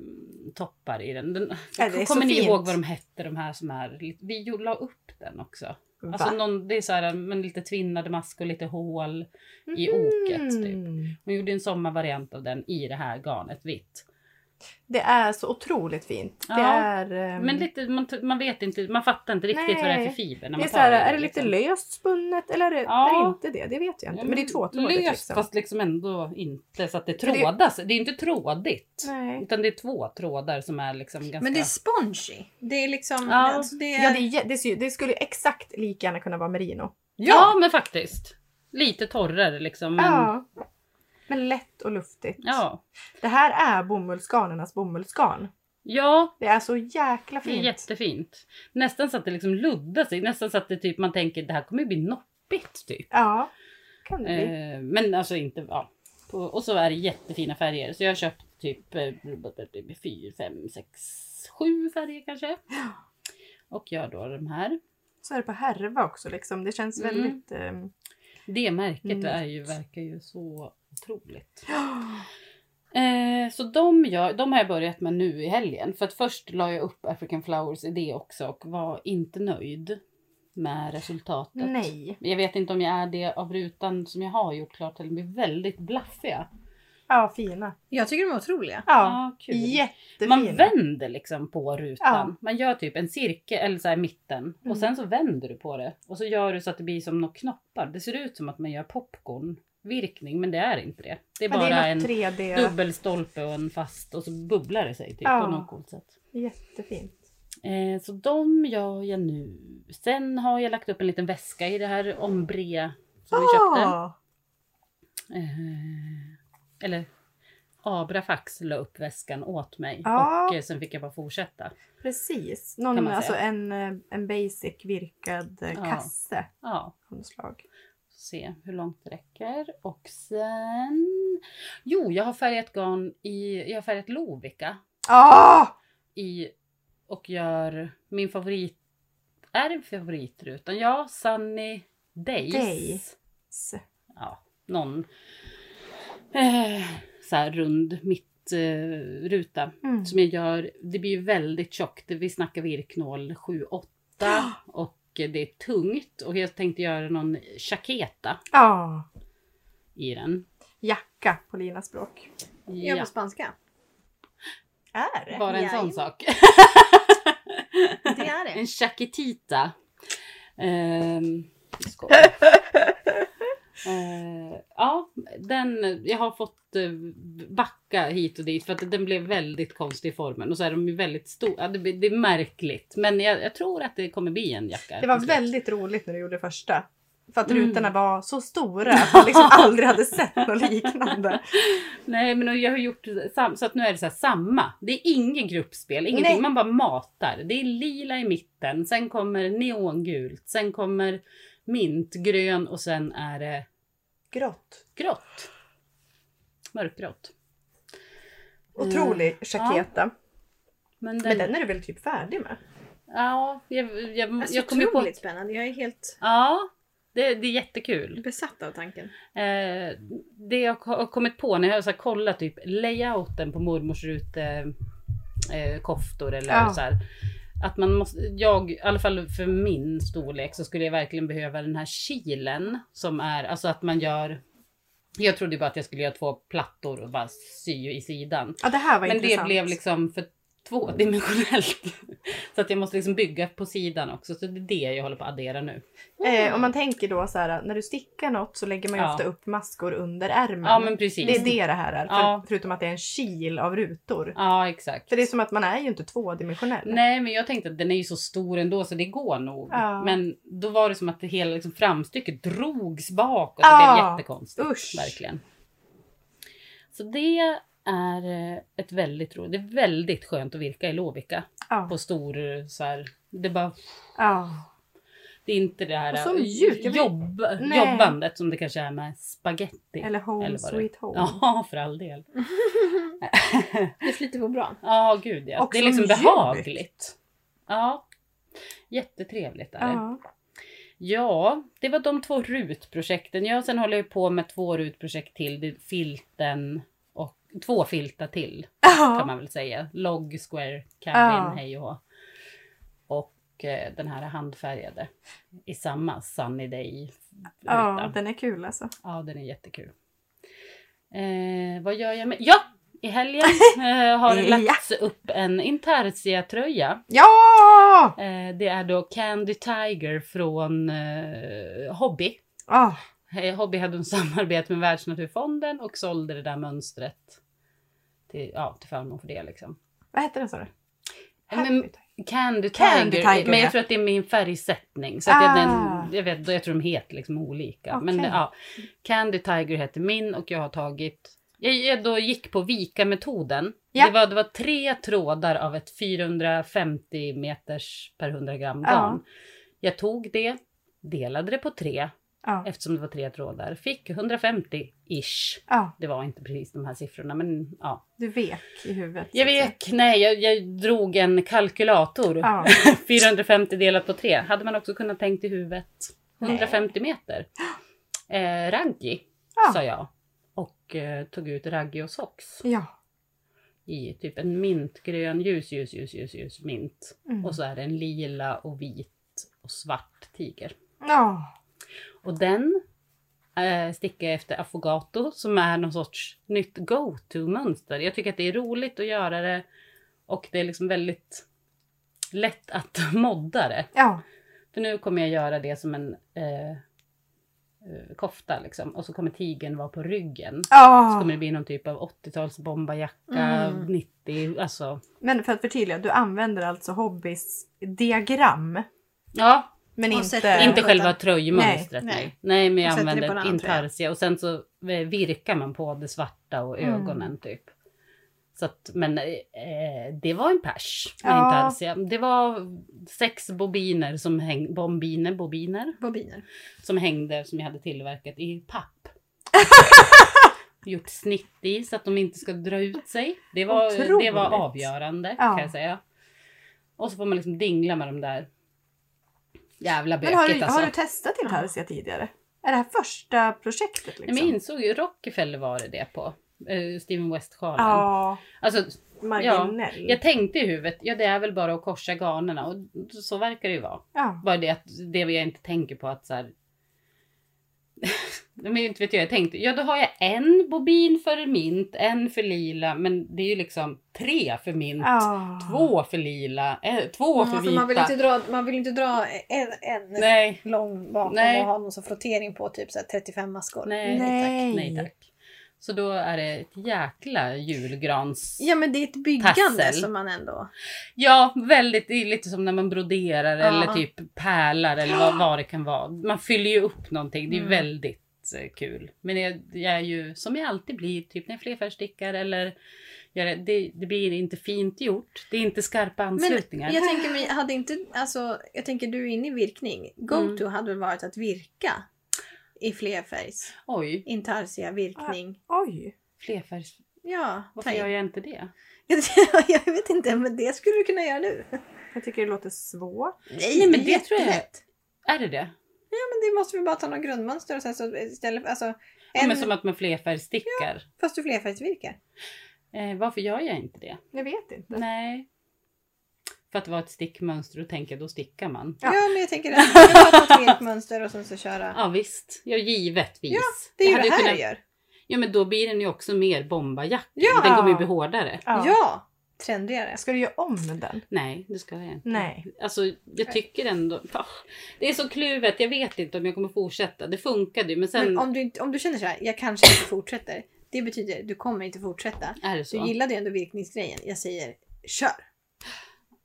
B: toppar i den. den
A: Ja, det är så
B: kommer ni
A: fint.
B: ihåg vad de hette de här som är? lite- Vi ju- la upp den också. Alltså någon, det är så här, men lite tvinnade mask och lite hål i
A: Mhm.
B: oket typ.
A: Mm.
B: Hon gjorde en sommarvariant av den i det här garnet vitt.
A: Det är så otroligt fint. Det
B: Ja,
A: är... ehm,
B: Men lite, man, t- man vet inte, man fattar inte riktigt vad det är
A: Nej.
B: för fiber när
A: det är,
B: man
A: så här,
B: tar i
A: är det lite
B: liksom.
A: löst spunnet eller är det,
B: Ja.
A: är det inte det? Det vet jag inte.
B: Ja,
A: Men det är tvåtrådigt
B: Löst
A: liksom.
B: fast liksom ändå inte så att det
A: det-
B: trådas. Det är ju inte trådigt.
A: Nej.
B: Utan det är två trådar som är liksom ganska...
C: Men det är spongy. Det är liksom...
B: Ja.
C: alltså, det är,
A: Ja, det, är jä- det, ser ju- det skulle ju exakt lika gärna kunna vara merino.
B: ja. men faktiskt. Lite torrare liksom. Men, ja.
A: Ja. Men lätt och luftigt. Det här är bomullsgarnernas bomullsgarn.
B: Ja,
A: Det är så jäkla
B: det är
A: fint.
B: jättefint. Nästan så att det liksom luddar sig. Nästan så att det typ, man tänker det här kommer ju bli noppigt typ.
A: Ja, kan det bli.
B: Eh, men alltså inte... Ja. På- Och så är det jättefina färger. Så jag har köpt typ eh, fyra, fem, sex, sju färger kanske. Och gör då de här.
A: Så är det på härva också liksom. Det känns
B: Mm.
A: väldigt... ehm,
B: Det märket
A: Nytt.
B: är ju, verkar ju så otroligt. Eh, så de, jag, de har jag börjat med nu i helgen. För att först la jag upp African Flowers idé också och var inte nöjd med resultatet.
A: nej.
B: Jag vet inte om jag är det av rutan som jag har gjort klart. eller De blir väldigt blaffiga. Ah,
A: Ja, fina.
C: Jag tycker de är otroliga.
A: Ja,
B: kul.
A: jättefina.
B: Man vänder liksom på rutan.
A: Ja. Mm.
B: Man gör typ en cirkel, eller så här i mitten. Och sen så vänder du på det. Och så gör du så att det blir som några knoppar. Det ser ut som att man gör popcornvirkning, men det är inte det. Det är
A: Men
B: bara
A: det är
B: en
A: något 3D.
B: dubbelstolpe och en fast och så bubblar det sig typ
A: Ja.
B: på något coolt sätt.
A: Jättefint.
B: Eh, så de gör jag nu. Sen har jag lagt upp en liten väska i det här ombre som vi köpte.
A: Ah,
B: Eh, eller Abrafax la upp väskan åt mig
A: Ja.
B: och eh, sen fick jag bara fortsätta.
A: precis.
B: Kan
A: Någon,
B: man
A: alltså
B: säga.
A: en, eh, en basic virkad eh,
B: Ja.
A: kasse.
B: Ja,
A: av slag.
B: se hur långt det räcker. Och sen... Jo, jag har färgat garn i... Jag har färgat Lovica
A: Ah!
B: i... Och gör min favorit... Är det favoritrutan? Ja, Sunny Days.
A: Day.
B: Ja, någon... Eh, så här rund mittruta. Eh, ruta.
A: Mm.
B: som jag gör, det blir ju väldigt tjockt. Vi snackar virknål 7-8 och det är tungt. Och jag tänkte göra någon chaketa
A: Ah,
B: i den.
A: jacka på Linas språk.
C: Jag är
B: Ja,
C: på spanska.
A: Är det?
B: bara en sån
C: Jajamän.
B: sak.
C: Det är det.
B: En chaketita. Ehm, skål. Eh, ja, den, jag har fått eh, backa hit och dit för att den blev väldigt konstig i formen. Och så är de ju väldigt stora. Ja, det, det är märkligt. Men jag, jag tror att det kommer bli en jacka.
A: Det var
B: till slut.
A: väldigt roligt när du gjorde första. För att
B: Mm.
A: rutorna var så stora att man liksom aldrig hade sett något liknande.
B: Nej men jag har gjort sam- så att nu är det så här samma. Det är inget gruppspel, ingenting.
A: Nej.
B: Man bara matar. Det är lila i mitten, sen kommer neongult, sen kommer mintgrön och sen är det
A: Grått.
B: grått. Mörkgrått.
A: Otrolig Shaketa.
B: Men
A: Men
B: den,
A: den är du väl typ färdig med?
B: Ja, jag, jag,
C: Alltså,
B: jag kommer ju på...
C: otroligt spännande. Jag är helt
B: Ja, det, det är jättekul.
C: besatt av tanken.
B: Eh, det jag har kommit på när jag har så här kollat typ layouten på mormors rute eh, koftor eller
A: Ja.
B: så här. Att man måste, jag, i alla fall för min storlek så skulle jag verkligen behöva den här kilen som är, alltså att man gör jag trodde ju bara att jag skulle göra två plattor och bara sy i sidan.
A: Ja det här var
B: Men
A: intressant.
B: det blev liksom för tvådimensionellt. så att jag måste liksom bygga på sidan också. Så det är det jag håller på att addera nu.
A: eh, om man tänker då så här, när du stickar något så lägger man ju
B: Mm. Ja.
A: ofta upp maskor under ärmen.
B: Ja men precis.
A: det är det det här är. För,
B: Ja.
A: Förutom att det är en kil av rutor.
B: Ja exakt.
A: För det är som att man är ju inte tvådimensionell.
B: Nej men jag tänkte att den är ju så stor ändå så det går nog.
A: Ja.
B: Men då var det som att det hela liksom, framstycket drogs bak och det
A: Ja.
B: blev jättekonstigt.
A: Usch.
B: Verkligen. Så det är eh, ett väldigt roligt, det är väldigt skönt att virka i Lovica.
A: Ja.
B: På stor eh, så här, det är bara,
A: ja.
B: det är inte det här
A: Och så
B: eh,
A: mjukt, jag vill-
B: jobb,
A: Nej.
B: jobbandet som det kanske är med spaghetti.
A: Eller Home
B: Eller vad det-
A: Sweet Home.
B: Ja, för all del.
C: Det flyter på bra.
B: Ja, gud ja.
A: Och
B: det är
A: så
B: liksom
A: mjukt.
B: behagligt. Ja. Jättetrevligt är det.
A: Ja.
B: Ja, det var de två rutprojekten. Jag sen håller jag på med två rutprojekt till. Det är filten och två filtar till kan man väl säga. Log, square, cabin,
A: Ja.
B: hej och hå. Och eh, den här handfärgade i samma Sunny Day.
A: Ja,
B: ruta.
A: den är kul alltså.
B: Ja, den är jättekul. Eh, vad gör jag med? Ja! I helgen eh, har det
A: Ja.
B: lagts upp en Intarsia-tröja.
A: Ja!
B: Eh, det är då Candy Tiger från eh, Hobby.
A: Ah,
B: Eh, Hobby hade en samarbete med Världsnaturfonden och sålde det där mönstret till, ja, till förmån för det. Liksom.
A: vad heter den sa du?
B: Eh, Men,
A: Candy
B: Candy, Tiger, eh,
A: Tiger,
B: men
A: ja.
B: jag tror att det är min färgsättning. Så att jag,
A: Ah.
B: den, jag, vet, jag tror de heter liksom olika. Men
A: Okej.
B: ja, Candy Tiger heter min och jag har tagit... Jag, jag då gick på vika-metoden.
A: Ja.
B: Det, var, det var tre trådar av ett 450 meters per 100 gram
A: Ja.
B: garn. Jag tog det, delade det på tre
A: Ja.
B: eftersom det var tre trådar. Fick 150-ish.
A: ja,
B: Det var inte precis de här siffrorna men ja.
A: du vek i huvudet.
B: Jag vek, nej jag, jag drog en kalkylator.
A: Ja.
B: 450 delat på 3 hade man också kunnat tänkt i huvudet. 150 meter. Eh, raggi
A: Ja.
B: sa jag. Och eh, tog ut raggi och socks
A: ja.
B: i typ en mintgrön, ljus, ljus, ljus, ljus, ljus mint.
A: Mm.
B: Och så är det en lila och vit och svart tiger.
A: Ja.
B: Och den eh, stickar jag efter affogato som är någon sorts nytt go-to-mönster. Jag tycker att det är roligt att göra det och det är liksom väldigt lätt att modda det.
A: Ja.
B: För nu kommer jag göra det som en eh, eh, kofta liksom. Och så kommer tigern vara på ryggen. Så
A: Ja.
B: kommer det bli någon typ av 80-tals bombajacka,
C: Mm.
B: 90, alltså.
A: Men för att förtydliga, du använder alltså Hobbys diagram.
B: Ja,
A: Men
C: Och
A: inte...
C: sätter-
B: Inte
C: utan-
B: själva tröjmönstret
C: Nej,
B: nej.
C: nej.
B: Nej. men jag
C: Och sätter det på en
B: använder
C: annan tröja.
B: intarsia och sen så eh, virkar man på det svarta och
A: Mm.
B: ögonen typ. Så att, men eh, det var en pers med
A: Ja.
B: intarsia. Det var sex bobiner som häng, bombiner, bobiner
C: Bobiner.
B: som hängde som jag hade tillverkat i papp. Gjort snitt i så att de inte ska dra ut sig. Det var, det var
A: Otroligt.
B: avgörande
A: Ja.
B: kan jag säga. Och så får man liksom dingla med de där jävla
A: Men
B: böket
A: har du,
B: alltså.
A: har du testat Intarsia tidigare? Är det här första projektet liksom?
B: Nej, men jag insåg ju Rockefeller var det det på. eh, Steven West-sjalen.
A: Ja,
B: Alltså,
A: marginell. Ja.
B: jag tänkte i huvudet, ja det är väl bara att korsa garnerna och så verkar det ju vara.
A: Ja.
B: Bara det att det jag inte tänker på att så här. Nej, men inte vet jag, jag tänkte, ja då har jag en bobin för mint, en för lila, men det är ju liksom tre för mint, två för lila, eh, två för
C: för
B: vita.
C: man, vill inte dra, man vill inte dra en, en
B: Nej,
C: lång bakom
B: Nej.
C: och ha någon som frottering på typ så här 35 maskor.
A: Nej.
B: nej, nej. Tack, nej tack. Så då är det ett jäkla julgrans...
C: Ja men det är ett byggande
B: Tassel.
C: som man ändå...
B: Ja, väldigt. Det är lite som när man broderar
C: Ja.
B: eller typ pärlar eller vad, vad det kan vara. Man fyller ju upp någonting. Det är
C: Mm.
B: väldigt eh, kul. Men jag, jag är ju som jag alltid blir, typ när jag flerfärgstickar eller gör det, det, det blir inte fint gjort. Det är inte skarpa
C: Men jag
B: anslutningar.
C: tänker, men hade inte, alltså, jag tänker du är inne i virkning. Go-to
B: Mm.
C: hade väl varit att virka i flerfärgs?
B: Oj,
C: Intarsia, virkning.
A: Oj.
B: flerfärgs...
C: Ja,
B: Ah. Varför
C: ta
B: gör
C: i.
B: jag inte det?
C: jag vet inte, men det skulle du kunna göra nu.
A: Jag tycker det låter svårt.
C: Nej,
B: men det tror jag-
C: jättelätt.
B: Är det det?
C: Ja, men det måste vi bara ta något grundmönster och sen så istället för, alltså,
B: Ja,
C: en,
B: men som att man flerfärgsstickar.
C: fast du flerfärgsvirkar.
B: Eh, varför gör jag inte det?
A: Jag vet inte.
B: Nej. För att det var ett stickmönster och tänker jag, då stickar man.
A: Ja.
C: Ja. men jag tänker att vi kan ta ett helt mönster och sen så köra.
B: Ja visst, ja givetvis.
C: Ja, Det är ju
B: hade
C: det här
B: kunnat-
C: du gör.
B: Ja men då blir den ju också mer bombajacka.
C: Ja!
B: Den kommer ju bli hårdare.
A: Ja.
C: Ja! Trendigare.
A: Ska du göra om den?
B: Nej, det ska jag inte.
A: Nej.
B: Alltså jag tycker ändå... Ah, Det är så kluvet, jag vet inte om jag kommer fortsätta. Det funkade ju men sen
C: Men om du, inte, om du känner så här, jag kanske inte fortsätter. Det betyder, du kommer inte fortsätta.
B: är det
C: Du
B: så.
C: gillade ju ändå virkningsgrejen. Jag säger, kör!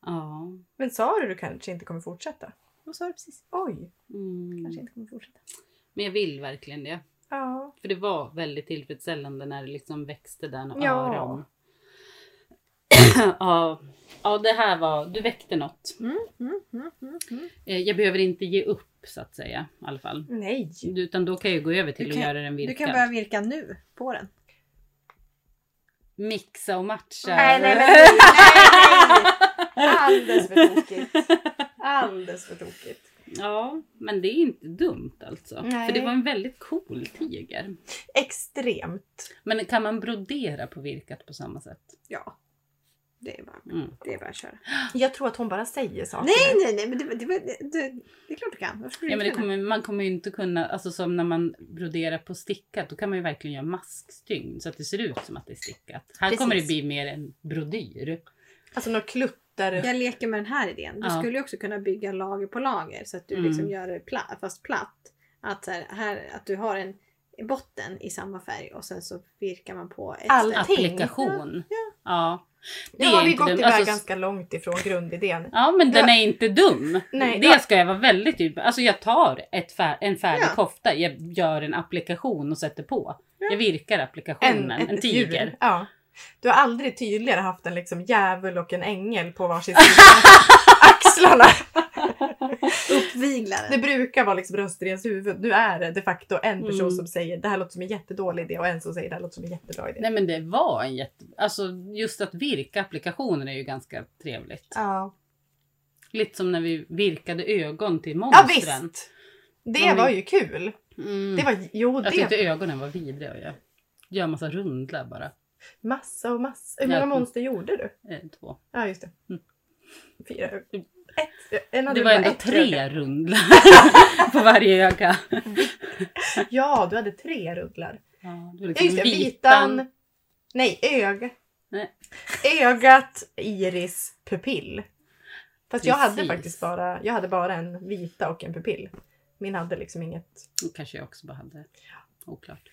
B: Ja.
A: Men sa du du kanske inte kommer fortsätta?
C: Vad sa du precis?
A: Oj.
B: Mm.
C: Kanske inte kommer fortsätta.
B: Men jag vill verkligen det.
A: Ja.
B: För det var väldigt tillfredsställande när det liksom växte där några
A: Ja.
B: öron. ja. ja, det här var... Du väckte något.
C: Mm, mm, mm, mm, mm.
B: Eh, Jag behöver inte ge upp så att säga i alla fall.
A: Nej.
B: Utan då kan jag ju gå över till
C: Du
B: att
C: kan-
B: göra den
C: Du
B: virkad.
C: kan börja virka nu på den.
B: mixa och matcha.
A: Nej, nej, men nej, nej, nej. Alldeles för tokigt. Alldeles för tokigt.
B: Ja, men det är inte dumt alltså.
A: Nej.
B: För det var en väldigt cool tiger.
A: Extremt.
B: Men kan man brodera på virkat på samma sätt?
C: Ja. Det är bara,
B: Mm.
C: det är bara att köra.
A: Jag tror att hon bara säger saker.
C: Nej, nej, nej, men det, det, det, det, det är klart du kan. Varför skulle du
B: Ja, men det
C: inte kunna?
B: kommer, man kommer ju inte kunna, alltså som när man broderar på stickat, då kan man ju verkligen göra maskstygn så att det ser ut som att det är stickat. Här
A: Precis.
B: kommer det bli mer en brodyr.
A: Alltså några klutter.
C: Jag leker med den här idén. Du
B: Ja.
C: skulle ju också kunna bygga lager på lager så att du
B: Mm.
C: liksom gör det platt, fast platt. Att, så här, här, att du har en botten i samma färg och sen så virkar man på ett
A: Allt.
C: ställe.
B: Applikation. Ja.
A: Nu har
B: är
A: vi
B: inte
A: gått
B: dumt.
A: iväg
B: Alltså,
A: ganska långt ifrån grundidén.
B: Ja men den
A: Ja.
B: är inte dum.
A: Nej,
B: det
A: ja.
B: ska jag vara väldigt tydlig med. Alltså jag tar ett fär- en färdig
C: Ja.
B: kofta, jag gör en applikation och sätter på. Jag virkar
A: En,
B: applikationen, en,
A: ett,
B: tiger.
A: djur. Ja. Du har aldrig tydligare haft en liksom djävul och en ängel på varsin sida axlarna.
C: Uppviglare.
A: Det brukar vara liksom röster i ens huvud. Nu är det de facto en person
B: Mm.
A: som säger det här låter som en jättedålig idé och en som säger det här låter som en jättebra idé.
B: Nej men det var en jätte... Alltså just att virka applikationen är ju ganska trevligt.
A: Ja.
B: Lite som när vi virkade ögon till
A: ja
B: monstren.
A: visst! Det var ju kul.
B: Mm.
A: Det var, jo
B: Jag
A: det,
B: tyckte ögonen var vidriga att göra. Gör massa rundlar bara.
A: massa och massa. Hur många
B: Ja.
A: monster gjorde du?
B: Eh, Två.
A: Ja just det.
B: Mm.
A: Fyra. Ett. En hade du
B: Det var
A: bara
B: ändå
A: ett öga.
B: tre rundlar på varje öga.
A: Ja, du hade tre rullar.
B: Ja, det var liksom
A: Ja, just det. Vitan. Nej, ög.
B: Nej.
A: Ögat, iris, pupill. Fast jag hade
B: Precis.
A: faktiskt bara, jag hade bara en vita och en pupill. Min hade liksom inget.
B: Det kanske jag också bara hade. Oklart.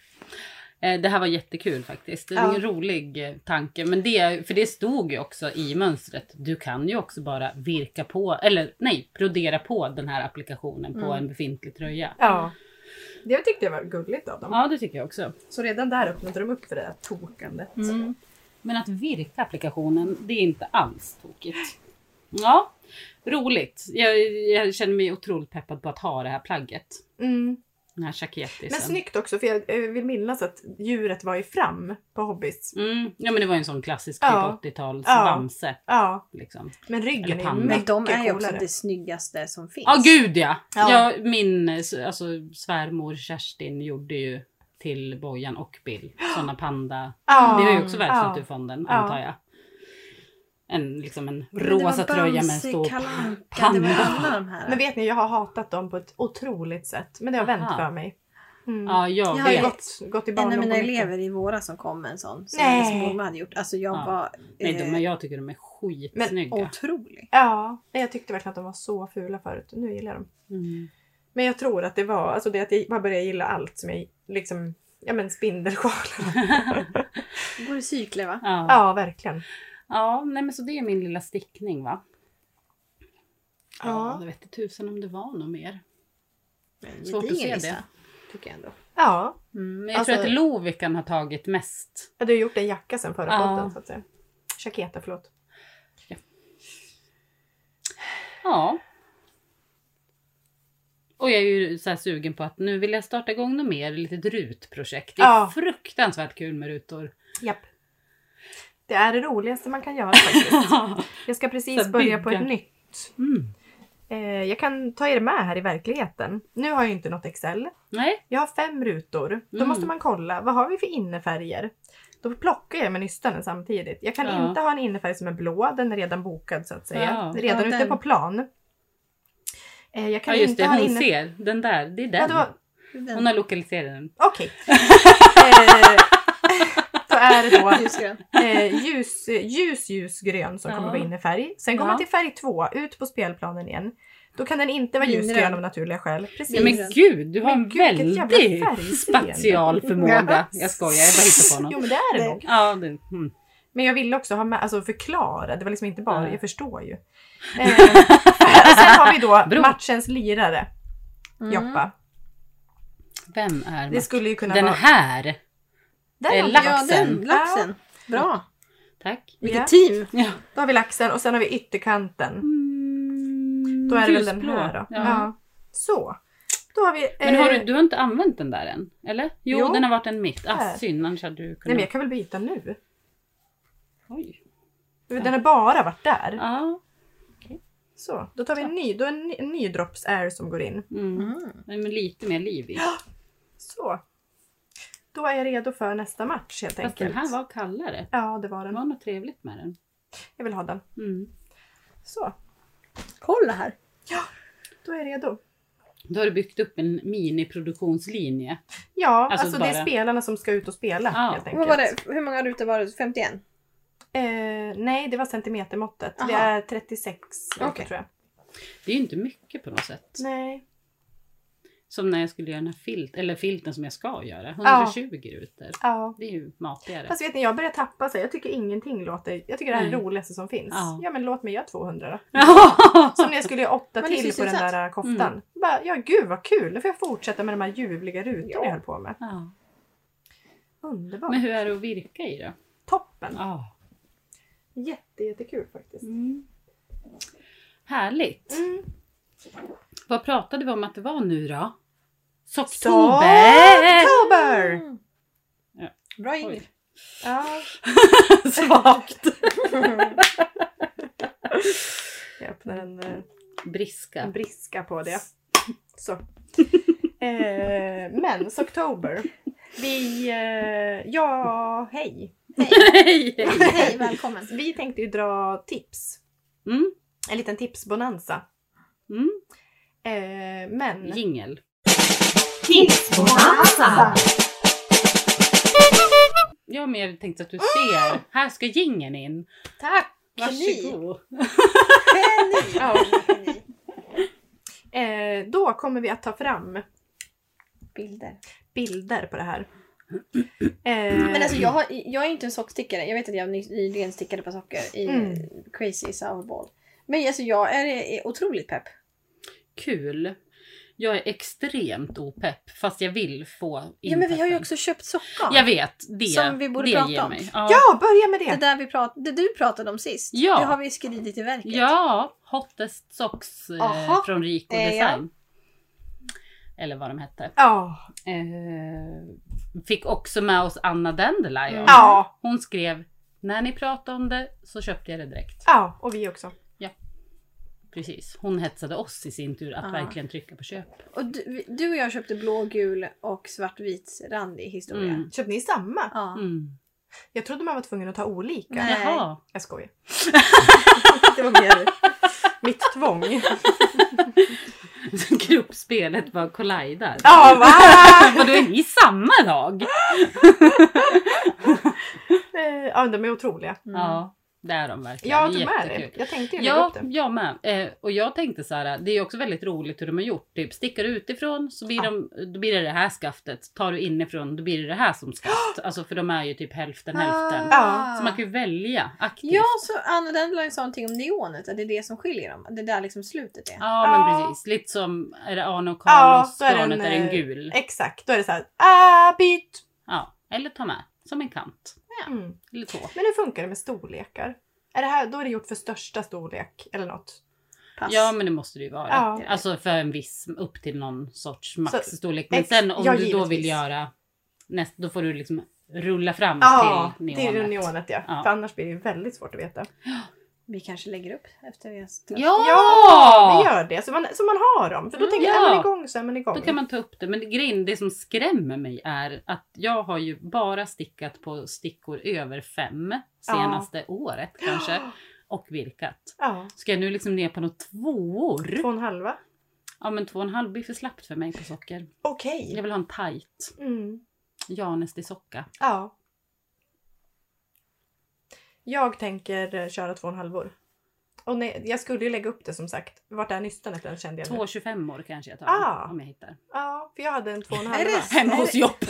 B: Eh, Det här var jättekul faktiskt. Det är
A: Ja.
B: en rolig eh, tanke. Men det, för det stod ju också i mönstret. Du kan ju också bara virka på, eller nej, brodera på den här applikationen på
A: Mm.
B: en befintlig tröja.
A: Ja. Det tyckte jag var gulligt av dem.
B: Ja, det tycker jag också.
A: Så redan där öppnade de upp för det där tokandet.
B: Mm.
C: Mm.
B: Men att virka applikationen, det är inte alls tokigt. Ja, roligt. Jag, jag känner mig otroligt peppad på att ha det här plagget.
A: Mm.
B: Den här jaketisen.
A: Men snyggt också för jag eh, vill minnas att djuret var ju fram på Hobbys.
B: Mm. Ja, men det var ju en sån klassisk
A: Ja.
B: typ 80-tals
A: Ja.
B: vamse.
A: Ja,
B: Liksom.
A: men
B: Eller
A: ryggen är
B: pandan.
A: ju
C: Men
A: mycket
C: de är ju också
A: coolare.
C: det snyggaste som finns.
B: Ja gud ja!
A: Ja.
B: ja. min eh, s- alltså, svärmor Kerstin gjorde ju till Bojan och Bill sådana panda.
A: Ja,
B: Det var ju också
A: ja.
B: typ Världsnaturfonden
A: Ja.
B: antar jag. En, liksom en
C: Men det var
B: rosa tröja med en
C: Bamse,
B: stor
C: Kalle Anka, Det
B: panna.
C: var alla de här.
A: Men vet ni, jag har hatat dem på ett otroligt sätt. Men det har vänt
B: Aha.
A: för mig. Mm.
B: Ja jag
C: Jag
A: Jag har ju
B: vet.
A: gått, gått i
C: en
A: barndom
C: av mina
A: på mycket.
C: elever i våras som kom med en sån som
A: Nej.
C: hennes mormor hade gjort. Alltså jag
B: Ja.
C: var
B: Nej, de, men
C: eh,
B: jag tycker de är skitsnygga.
C: otrolig.
A: Ja, nej, jag tyckte verkligen att de var så fula förut. Nu gillar jag dem.
B: Mm.
A: Men jag tror att det var, alltså det att jag bara började gilla allt som jag, liksom, ja men spindelsjalar.
C: Det borde cykler va?
B: Ja. Ja.
A: ja, verkligen.
B: nej men så det är min lilla stickning va. Ja.
A: Ja.
B: Jag vet inte tusen om det var något mer.
C: Men
B: Svårt att
C: gedigen
B: se
C: lista,
B: det.
C: Tycker jag ändå.
A: Ja,
B: Mm, men jag
A: Alltså-
B: tror att Lovikan har tagit mest
A: du har gjort en jacka sen förra
B: Ja.
A: podden så att säga. Jaketa, förlåt.
B: Ja. Och jag är ju så här sugen på att nu vill jag starta igång något mer litet rutprojekt. Det är
A: Ja.
B: fruktansvärt kul med rutor.
A: Japp. Det är det roligaste man kan göra faktiskt. Jag ska precis
B: Så att
A: börja på
B: bygga.
A: ett nytt.
B: Mm.
A: Eh, jag kan ta er med här i verkligheten. Nu har jag ju inte något Excel.
B: Nej,
A: Jag har fem rutor. Då
B: Mm.
A: måste man kolla, vad har vi för innefärger? Då plockar jag med nystanen samtidigt. Jag kan
B: Ja.
A: inte ha en innefärg som är blå, den är redan bokad så att säga.
B: Ja.
A: Redan
C: Ja,
A: ute
C: den-
A: på plan. Eh, jag kan
B: ja, just
A: inte
B: det.
A: ha en
B: Hon
A: inne-
B: ser. Den där, det är
A: Ja,
B: den.
A: då...
C: Den,
B: Hon har lokaliserat den.
A: Okej. eh, då är det då
C: Ljusgrön.
B: Mm.
A: eh, ljus, eh, ljus, ljusgrön som kommer
B: Ja.
A: vara innefärg. Sen går
B: Ja.
A: man till färg två, ut på spelplanen igen. Då kan den inte vara
C: Vinröd.
A: ljusgrön av naturliga skäl. Precis.
B: Ja, men gud, du har
A: Men
B: en
A: gud, vilket jävla
B: väldig
A: färgseende.
B: spatial förmåga.
C: Ja.
B: Jag skojar, jag bara hittar på något.
A: Jo men det är det
C: Nej.
A: nog.
B: Ja, det, mm.
A: Men jag ville också ha med, alltså förklara, det var liksom inte bara,
B: Ja.
A: jag förstår ju. Eh, och sen har vi då
B: Bro.
A: matchens lirare,
C: Mm.
A: Joppa.
B: Vem är
A: Det
B: det
A: skulle ju kunna
B: Den
A: vara...
B: här!
A: Där
B: är
A: har vi-
B: lax.
C: Ja, den.
B: Laxen.
C: Laxen. Bra.
B: Tack.
C: Vilket
A: Ja.
C: team.
B: Ja.
A: Då har vi laxen och sen har vi ytterkanten.
B: Mm,
A: Då är det väl den
B: ljusblå.
A: här då.
B: Ja.
A: Så. Då har vi... Eh,
B: Men har du, du har inte använt den där än? Eller? Jo,
A: Jo.
B: den har varit en mitt. Ah,
A: Här.
B: synd, annars hade du
A: Nej
B: kunnat...
A: men jag kan väl byta nu?
B: Oj.
A: Den har bara varit där.
B: Ja.
A: Så, då tar vi en ny, då är det en ny, en ny drops air som går in.
B: Mm.
C: Mm.
B: Men lite mer liv i.
A: Så. Då är jag redo för nästa match helt
B: Fast den
A: enkelt.
B: här var kallare.
A: Ja, det var
B: Det
A: den.
B: var något trevligt med den.
A: Jag vill ha den.
B: Mm.
A: Så,
C: Kolla här!
A: då är jag redo.
B: Då har du byggt upp en miniproduktionslinje.
A: Ja,
B: Alltså
A: alltså, det
B: bara-
A: är spelarna som ska ut och spela
B: Ja.
A: helt enkelt.
C: Vad var det? Hur många rutor var det? 51?
A: Eh, nej, det var centimetermåttet. Det
C: Aha.
A: är 36 rutor
C: Okej.
A: tror jag.
B: Det är ju inte mycket på något sätt.
A: Nej.
B: Som när jag skulle göra den här filt, eller filten som jag ska göra.
A: Ja.
B: 120 rutor.
A: Ja.
B: Det är ju matigare.
A: Fast vet ni, jag börjar tappa så här. Jag tycker ingenting låter... Jag tycker det här är det
B: Nej.
A: roligaste som finns.
B: Ja.
A: Ja, men låt mig göra 200 då.
B: Ja.
A: Som när jag skulle göra åtta
C: Men det
A: till
C: är
A: på den
C: sysselsatt.
A: där eh, koftan. Bara, ja gud vad kul, då får jag fortsätta med de här ljuvliga rutorna
C: Ja.
A: jag höll på med.
B: Ja.
A: Underbart.
B: Men hur är det att virka i då?
A: Toppen!
B: Ja.
A: Jätte, jättekul faktiskt.
B: Mm. Härligt.
A: Mm.
B: Vad pratade vi om att det var nu då? Socktober!
A: Oktober!
B: Ja.
C: Mm. Bra
B: Oj.
C: jingel.
A: Ja,
B: Svagt.
A: jag öppnar en, eh, en
B: Briska.
A: briska på det. Så. eh, men, Socktober. Vi, eh, ja, hej.
B: Nej!
C: Hej, välkommen!
A: Vi tänkte ju dra tips.
B: Mm.
A: En liten tipsbonanza.
B: Mm.
A: Eh,
C: Mm.
A: men...
B: Jingel.
A: Tipsbonanza!
B: Jag har mer tänkt att du ser. Här ska jingeln in.
C: Tack!
B: Varsågod.
C: Geni!
A: Ja.
C: Geni.
A: Eh, då kommer vi att ta fram
C: Bilder.
A: bilder på det här. Eh,
C: Men alltså jag, har, jag är inte en sockstickare. Jag vet att jag ny- nyligen stickade på socker i
A: Mm.
C: Crazy Sourball. Men alltså jag är, är otroligt pepp.
B: Kul. Jag är extremt opepp fast jag vill få in
C: Ja men vi har ju
B: peppen.
C: också köpt sockar.
B: Jag vet. Det,
C: Som vi borde
B: det
C: prata
B: ger
C: om.
B: mig. Ja.
A: Ja, börja med
C: Det
A: det!
C: där vi prat, det du pratade om sist.
B: Ja.
C: Det har vi skridit i verket.
B: Ja, Hottest Socks eh,
C: Aha.
B: från Rico
C: Eh, ja.
B: Design. Eller vad de hette.
A: Ja,
B: Eh, fick också med oss Anna Dandelion.
C: Mm.
A: ja,
B: Hon skrev när ni pratade om det så köpte jag det direkt.
A: ja, och vi också.
B: Precis. Hon hetsade oss i sin tur att
C: Ja.
B: verkligen trycka på köp.
C: Och du, du och jag köpte blå, gul och svartvit randig historia.
B: Mm.
A: Köpte ni samma?
C: Ja.
B: Mm.
A: Jag trodde man var tvungen att ta olika.
C: Nej.
B: Jaha.
A: Jag skojar. det var mer mitt tvång.
B: Gruppspelet bara kollidar.
A: Ja, va?
B: Och då är ni samma lag?
C: Mm.
A: Eh, Ja, de är otroliga.
C: Mm.
B: Ja, det är de verkligen.
A: Ja, de är det.
B: Jättekul.
A: Jag tänkte ju lägga
B: Ja,
A: upp det.
B: jag med. Eh, och jag tänkte så här, det är ju också väldigt roligt hur de har gjort. Typ stickar du utifrån så blir,
A: Ja.
B: de, då blir det det här skaftet. Tar du inifrån då blir det det här som skaft. Alltså för de är ju typ hälften hälften.
A: Ja,
B: Så man kan ju välja aktivt.
C: Ah. Ja, så Anna Dandelion sa någonting om neonet, att det är det som skiljer dem. Det är där liksom slutet är.
B: Ja, men
A: Ja.
B: precis. Lite som, är det Arne och
A: Ja,
B: Carlos?
A: så är det
B: garnet
A: en,
B: är en
A: eh,
B: gul.
A: Exakt, då är det så här. Ah, byt!
B: Ja, eller ta med. Som en kant.
A: Mm.
B: Eller två.
A: Men hur funkar det med storlekar? Är det här, då är det gjort för största storlek eller något.
C: Pass.
B: Ja men det måste det ju vara.
A: Ja.
B: Alltså för en viss, upp till någon sorts maxstorlek. Men
A: ex-
B: sen om
A: ja,
B: du då vill
A: givetvis.
B: göra nästa, då får du liksom rulla fram
A: Ja,
B: till
A: det är
B: neonet.
A: ju neonet ja.
B: Ja.
A: För annars blir det ju väldigt svårt att veta.
C: Vi kanske lägger upp efter vi har stött.
B: Ja!
A: Ja, vi gör det. Så man, så man har dem. För då
B: Mm,
A: tänker jag,
B: ja.
A: är man igång så är man igång.
B: Då kan man ta upp det. Men grejen, det som skrämmer mig är att jag har ju bara stickat på stickor över fem senaste året kanske. Och virkat.
A: Ja,
B: Ska jag nu liksom ner på något tvåor?
A: två och en halva.
B: Ja men två och en halv blir för slappt för mig på socker. Jag
A: Okej.
B: vill ha en tight
A: Mm.
B: Janestig socka.
A: Ja. Jag tänker eh, köra två och en halvor. Och nej, jag skulle ju lägga upp det som sagt. Vart är nystanet den kände jag nu.
B: Två 25 år kanske jag tar
A: Ah.
B: om jag hittar.
A: Ja, för jag hade en två och en
C: Är
A: halva.
C: det-
B: Hemma hos Joppa.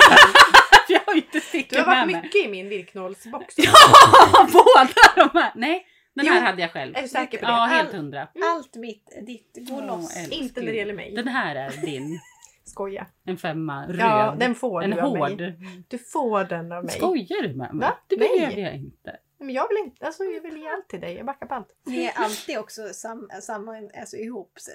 B: jag har ju inte
A: Du har
B: stickor med
A: varit
B: mig.
A: mycket i min virknålsbox.
B: Ah, Båda de här. Nej, den här
A: Jo,
B: hade jag själv.
A: Är du säker på det?
B: Ja, helt hundra.
C: Allt mitt är ditt. Gå
B: Åh,
C: loss.
B: älskling.
A: Inte när det gäller mig.
B: Den här är din.
A: Skoja.
B: En femma, röd.
A: Ja, den får
B: en
A: du av mig.
B: hård.
A: Du får den av mig.
B: Skojar du med mig?
A: Va?
B: Det
A: Nej.
B: behöver jag inte.
A: Men jag vill inte, alltså jag vill ge allt till dig. Jag backar på allt.
C: Ni är alltid också sam, samma, alltså ihop. Så.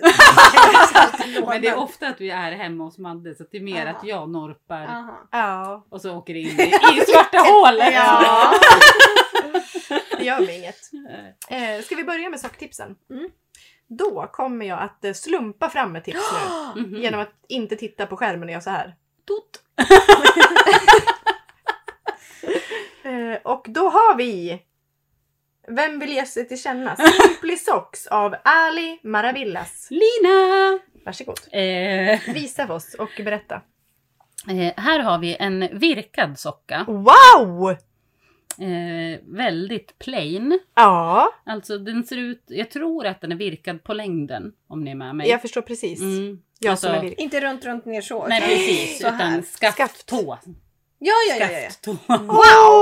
B: Men det är ofta att vi är hemma hos Madde så att det är mer
A: Ah.
C: Ja.
B: att jag norpar
C: Aha.
A: Ja.
B: och så åker in i, i svarta hålet.
A: Ja. det gör mig inget.
B: Eh,
A: Eh, ska vi börja med socktipsen?
C: Mm.
A: Då kommer jag att eh, slumpa fram ett tips nu.
B: mhm.
A: Genom att inte titta på skärmen när jag gör så här.
C: Tot.
A: Eh, och då har vi Vem vill ge sig till känna? Simply Socks av Ali Maravillas.
B: Lina!
A: Varsågod.
B: Eh,
A: Visa för oss och berätta.
B: eh, här har vi en virkad socka.
A: Wow!
B: Eh, väldigt plain.
A: Ja,
B: Alltså den ser ut, jag tror att den är virkad på längden om ni är med mig.
A: jag förstår precis.
B: Mm.
A: Jag
B: Alltså,
A: som är virk.
C: Inte runt, runt, ner så.
B: Nej
C: utan
B: precis,
C: Så här.
B: utan skafttå.
C: Ja, ja, ja, ja. ja.
B: Skafftå.
A: Wow,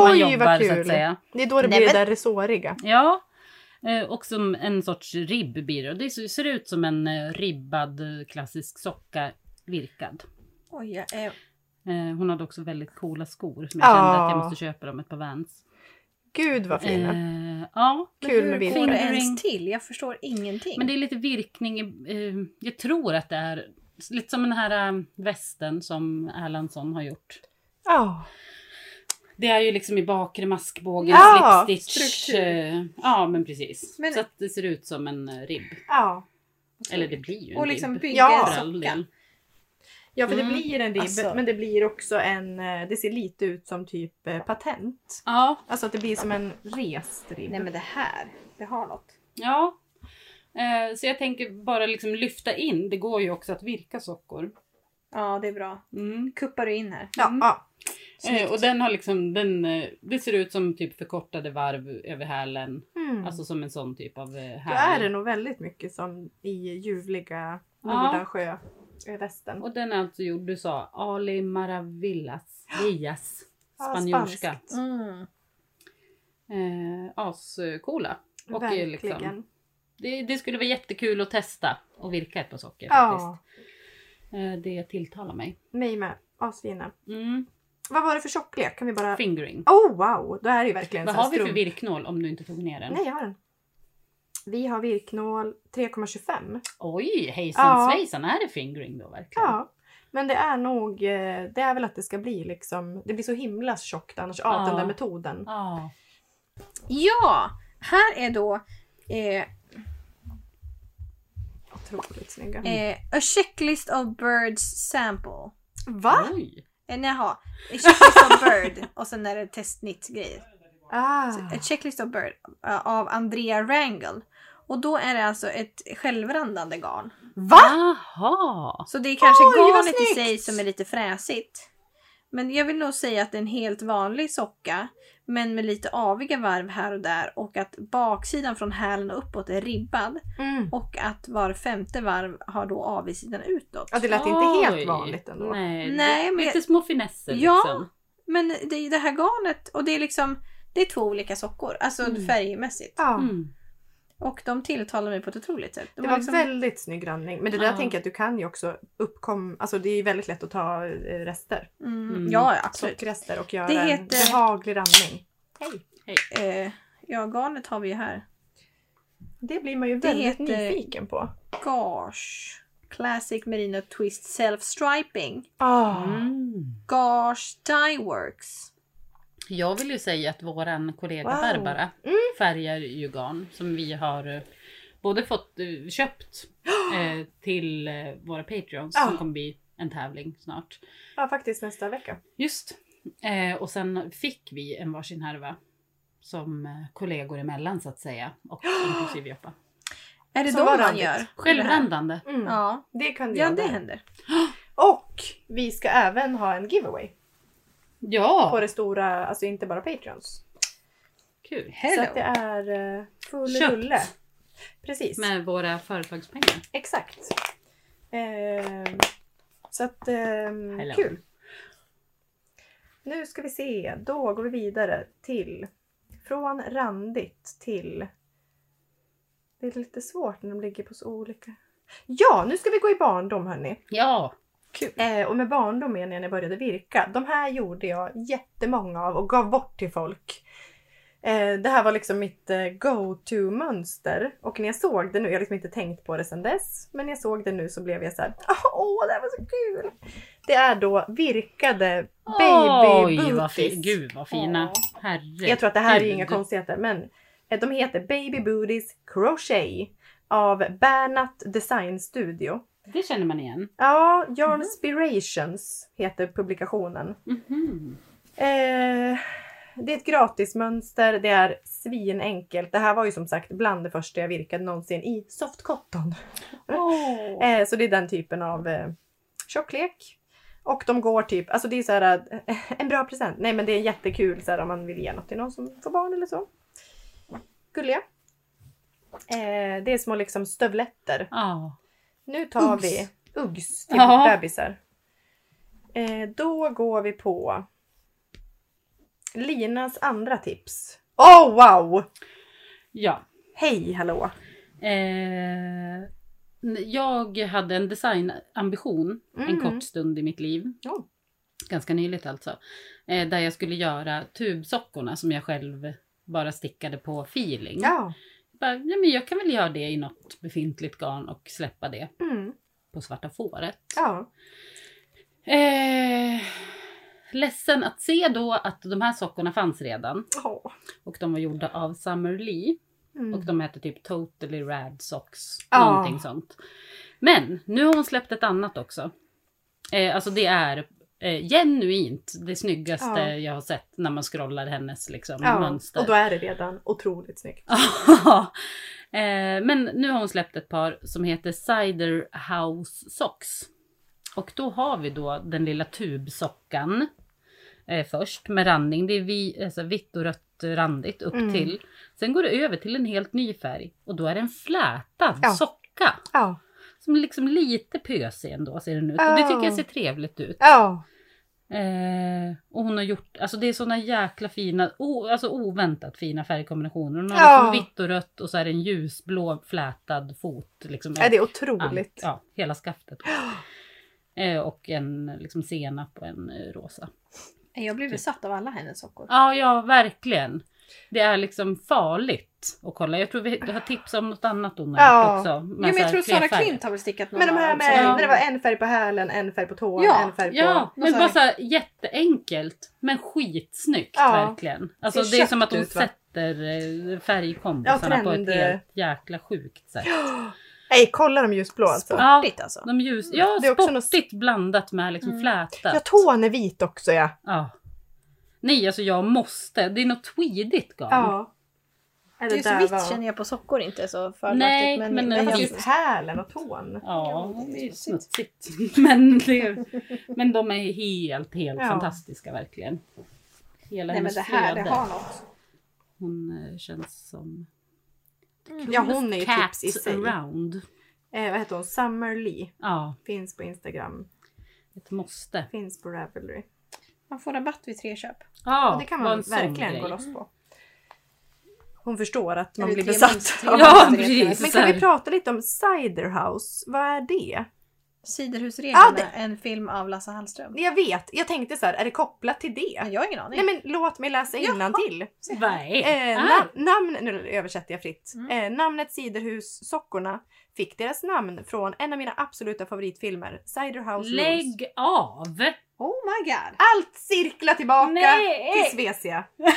B: Man
A: oj,
B: jobbar
A: vad
B: så att
A: kul. Mm.
B: säga.
A: Det är då det
C: Nej,
A: blir det
C: men-
A: där resåriga.
B: Ja. Eh, Och som en sorts ribb blir det. Och Det ser ser ut som en eh, ribbad eh, klassisk socka virkad.
C: Oj, jag är...
B: Eh, Hon hade också väldigt coola skor som jag kände att jag
A: Ah.
B: måste köpa dem ett par Vans.
A: Gud vad fina.
B: Eh, ja,
C: Men
A: Kul
C: hur
A: med
C: går
B: virkning.
C: det ens till? Jag förstår ingenting.
B: men det är lite virkning. i- Eh, jag tror att det är lite som den här eh, västen som Erlandsson har gjort.
A: Ja.
B: Det är ju liksom i bakre maskbågen,
A: Ja,
B: slipstitch.
C: struktur.
B: eh, Ja, men precis.
C: Men-
B: Så att det ser ut som en eh, ribb.
A: ja.
B: Eller det blir ju en
C: Och liksom
B: ribb.
C: bygga
A: Ja.
B: för
C: en
B: all
C: socka.
B: del.
A: Ja, för
B: Mm.
A: det blir en ribb,
C: Alltså.
A: men det blir också en... eh, Det ser lite ut som typ eh, patent.
B: Ja,
A: Alltså att det blir som en rest ribb.
C: Nej men det här, det har något.
B: ja. Eh, så jag tänker bara liksom lyfta in. Det går ju också att virka sockor.
C: Ja, det är bra.
B: Mm.
C: Kuppar du in här.
A: Ja,
B: Mm.
A: ja.
B: Eh, och den har liksom, den, eh, det ser ut som typ förkortade varv över hälen.
A: Mm.
B: Alltså som en sån typ av
A: Då
B: eh,
A: är
B: häl.
A: det nog väldigt mycket som i ljuvliga
B: Ja.
A: Nordansjö eh, västen.
B: Och den är alltså gjord, du sa, Ali Maravillas Villas.
A: Ja,
B: Spanjorska.
A: spanskt.
C: Mm.
B: Eh, Ascoola. Och är
A: Verkligen.
B: liksom, det, det skulle vara jättekul att testa och virka ett par socker
A: ja,
B: faktiskt. Eh, det tilltalar mig.
A: mig med. Asfina.
B: Mm.
A: Vad var det för tjocklek? Kan vi bara...
B: Fingering.
A: Oh wow! Då är det ju verkligen
B: Vad
A: så här
B: har vi för
A: strump-
B: virknål om du inte tog ner den?
A: Nej, jag har den. Vi har virknål 3,25.
B: Oj, hejsan
A: Ja.
B: svejsan, är det fingering då verkligen?
A: Ja. Men det är nog, eh, det är väl att det ska bli liksom, det blir så himla tjockt annars av
B: Ja.
A: den där metoden.
B: Ja.
C: Ja! Här är då eh,
A: Otroligt snygga.
C: eh, A checklist of birds sample.
A: Va?
B: Oj.
C: Eh, nej, jaha. A checklist of bird och sen är det testnytt-grejer.
A: Ah.
C: A checklist of bird eh, av Andrea Wrangle. Och då är det alltså ett självrandande garn.
A: Va?
B: Jaha!
C: Så det är kanske
A: Oj, vad
C: garnet i
A: snyggt!
C: sig som är lite fräsigt. Men jag vill nog säga att det är en helt vanlig socka. Men med lite aviga varv här och där och att baksidan från hälen och uppåt är ribbad.
A: Mm.
C: Och att var femte varv har då avigsidan utåt.
A: Ja, det lät inte helt vanligt ändå.
B: Nej,
C: Nej,
B: det-
C: men-
B: lite små finesser
C: Ja.
B: liksom.
C: Men det är ju det här garnet och det är liksom det är två olika sockor, alltså
B: Mm.
C: färgmässigt.
A: Ja.
B: Mm.
C: Och de tilltalar mig på ett otroligt sätt. De
A: Det
C: har
A: var
C: liksom,
A: väldigt snygg randning. Men det där
B: Ja.
A: tänker jag att du kan ju också uppkom... Alltså det är ju väldigt lätt att ta eh, rester.
C: mm,
B: Mm.
C: ja, ja, absolut.
A: Sockrester och göra
C: Det
A: en
C: heter-
A: behaglig randning.
C: Eh, ja, garnet har vi ju här.
A: Det blir man ju väldigt
C: heter-
A: nyfiken på.
C: Gage. Classic Merino Twist Self Striping.
A: Ah.
B: Mm.
C: Gage Dye Works.
B: Jag vill ju säga att våran kollega
A: Wow. Mm.
B: Barbara färgar ju garn som vi har eh, både fått eh, köpt eh, till eh, våra Patreons som
A: Ja.
B: kommer bli en tävling snart.
A: Ja, faktiskt nästa vecka.
B: Just. Eh, och sen fick vi en varsin härva som eh, kollegor emellan så att säga och inklusive Joppa.
C: Är det
A: Så
C: de
A: var
C: man
A: det.
C: gör?
B: Självrändande.
A: Mm.
C: Ja.
A: Det kan du
C: ja,
A: göra.
C: det händer.
A: Och vi ska även ha en giveaway på
B: Ja,
A: det stora, alltså inte bara Patreons.
B: kul.
A: Så att det är eh, full
B: Köpt.
A: rulle. Precis.
B: Med våra företagspengar.
A: Exakt. Ehm, så att, ehm,
B: Hello.
A: kul. Nu ska vi se, då går vi vidare till från randigt till... Det är lite svårt när de ligger på så olika... Ja, nu ska vi gå i barndom hörni.
B: Ja,
A: Eh, och med barndom menar jag när jag började virka. De här gjorde jag jättemånga av och gav bort till folk. Eh, det här var liksom mitt eh, go-to-mönster. Och när jag såg det nu, jag har liksom inte tänkt på det sedan dess, men när jag såg det nu så blev jag så här, åh det här var så kul! Det är då virkade baby
B: Oj, vad fi-
A: booties.
B: Gud vad fina.
A: Ja.
B: Herregud.
A: Jag tror att det här är inga konstigheter men Eh, De heter Baby Booties Crochet av Bernat Design Studio.
B: Det känner man igen.
A: Ja, Yarnspirations heter publikationen.
B: Mhm.
A: Eh, det är ett gratismönster, det är svinenkelt. Det här var ju som sagt bland det första jag virkade någonsin i soft cotton.
B: Åh.
A: Eh, så det är den typen av eh, tjocklek. Och de går typ, alltså det är så här eh, en bra present. Nej men det är jättekul så här, om man vill ge något till någon som får barn eller så. Gulliga. Eh, det är små liksom stövletter.
B: Ja.
A: Nu tar
C: Uggs.
A: vi Uggs till
B: Ja.
A: bebisar. Eh, då går vi på Linas andra tips. Oh wow!
B: ja.
A: Hej hallå!
B: Eh, jag hade en designambition en
A: Mm.
B: kort stund i mitt liv.
A: Ja.
B: Ganska nyligt alltså. Eh, där jag skulle göra tubsockorna som jag själv bara stickade på feeling.
A: Ja.
B: Bara, nej, men jag kan väl göra det i något befintligt garn och släppa det
A: Mm.
B: på svarta fåret.
A: Ja.
B: Eh, ledsen att se då att de här sockorna fanns redan
A: Åh.
B: och de var gjorda av Summer Lee.
A: Mm.
B: Och de hette typ Totally Rad Socks.
A: Ja.
B: Någonting sånt. Men nu har hon släppt ett annat också. Eh, alltså det är eh, genuint det snyggaste
A: Ja.
B: jag har sett när man scrollar hennes liksom,
A: ja.
B: mönster.
A: Och då är det redan otroligt snyggt.
B: Ja. eh, men nu har hon släppt ett par som heter Cider House Socks. Och då har vi då den lilla tubsockan eh, först med randning. Det är vi, alltså vitt och rött randigt upp
A: Mm.
B: till. Sen går det över till en helt ny färg och då är det en flätad
A: Ja.
B: socka.
A: Ja.
B: Som är liksom lite pösig ändå ser den ut. Och det tycker jag
A: Oh.
B: ser trevligt ut.
A: Ja.
B: Eh, och hon har gjort, alltså det är såna jäkla fina, o, alltså oväntat fina färgkombinationer. Hon har
A: Ja.
B: liksom vitt och rött och så är det en ljusblå flätad fot. Liksom,
A: ja, det är
B: allt-
A: otroligt.
B: Ja, hela skaftet. Eh, och en liksom senap och en eh, rosa.
C: Eh, Jag blev besatt av alla hennes sockor.
B: Ja, ja verkligen. Det är liksom farligt att kolla. Jag tror vi har tips om något annat hon har
A: Ja.
B: gjort också.
C: Jo men
B: så här
C: jag tror Sara
B: flerfärger.
C: Klint har väl stickat några
A: Men de här med,
B: Ja.
A: när det var en färg på hälen, en färg på tån,
C: Ja,
A: en färg på...
B: Ja,
C: Något
B: men
C: så
B: bara
C: här-
B: så här, jätteenkelt. Men skitsnyggt
A: Ja.
B: verkligen. Alltså
A: Ser
B: det är som att
A: köpt
B: hon
A: ut, va?
B: sätter eh,
A: Ja,
B: färgkombosarna på ett
A: trend, eh.
B: helt jäkla sjukt sätt.
A: Nej, kolla de ljusblå alltså.
B: Ja.
C: Sportigt alltså.
B: De ljus, ja,
A: Det är också något-
B: spottigt blandat med liksom
C: Mm.
B: flätat.
A: Ja, tån är vit också ja.
B: Ja. Nej, alltså jag måste. Det är något tweedigt garn.
A: Ja.
C: Det är ju så vitt känner jag på sockor inte så fördelaktigt.
B: Nej, men typ-
A: jag.
B: jag.
A: Fast
B: Ja,
A: just hälen och tån.
B: Ja,
C: Ja,
B: det är ju
C: smutsigt.
B: smutsigt. Men, det, men de är helt, helt
A: Ja.
B: fantastiska verkligen. Hela
C: Nej men
B: hennes
C: det här, det
B: flöde.
C: har något.
B: Hon eh, känns som...
A: Mm. Ja, hon är ju
B: Cat
A: tips i sig.
B: around.
A: Eh, vad heter hon? Summer Lee.
B: Ja,
A: Finns på Instagram.
B: ett måste.
A: Finns på Ravelry.
C: Man får rabatt vid tre köp.
B: Ja,
A: och det kan
B: var
A: man
B: en sån
A: verkligen
B: grej.
A: gå loss på. Hon förstår att man
C: Eller
A: blir
C: tre
A: besatt.
C: minst-
A: av-
B: Ja,
C: det vet jag.
B: precis.
A: Men kan vi
B: Såhär.
A: prata lite om Ciderhouse? Vad är det?
C: Ciderhusreglerna,
A: Ja, det-
C: en film av Lasse Hallström.
A: Jag vet, jag tänkte så här, är det kopplat till
C: Men
A: det?
C: jag har ingen aning.
A: Nej men låt mig läsa innantill.
B: Nej.
A: Eh,
B: Ah.
A: nam- namn, nu översätter jag fritt.
C: Mm.
A: Eh, namnet Ciderhus-sockorna fick deras namn från en av mina absoluta favoritfilmer, Ciderhouse Rules.
B: Ah, Lägg av!
C: Oh my god!
A: Allt cirklar tillbaka
B: Nej.
A: till Svecia. wow!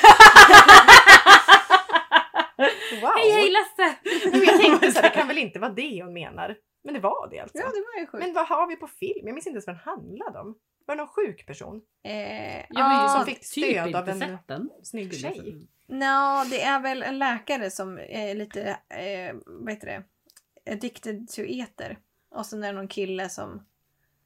B: Hej hej Lasse!
A: Men jag tänkte så här, det kan väl inte vara det hon menar? Men det var det alltså.
C: Ja det var ju sjukt.
A: Men vad har vi på film? Jag minns inte ens vad den handlade om. Var det någon sjuk person?
C: Eh,
B: Jag har ju
A: som
B: som
A: fick
B: fick
A: stöd
B: typ inte
A: av en
B: sett den. liksom-
A: Snygg tjej.
C: Nå, det är väl en läkare som är lite, eh, vad heter det, addicted to eter. Och sen är det någon kille som...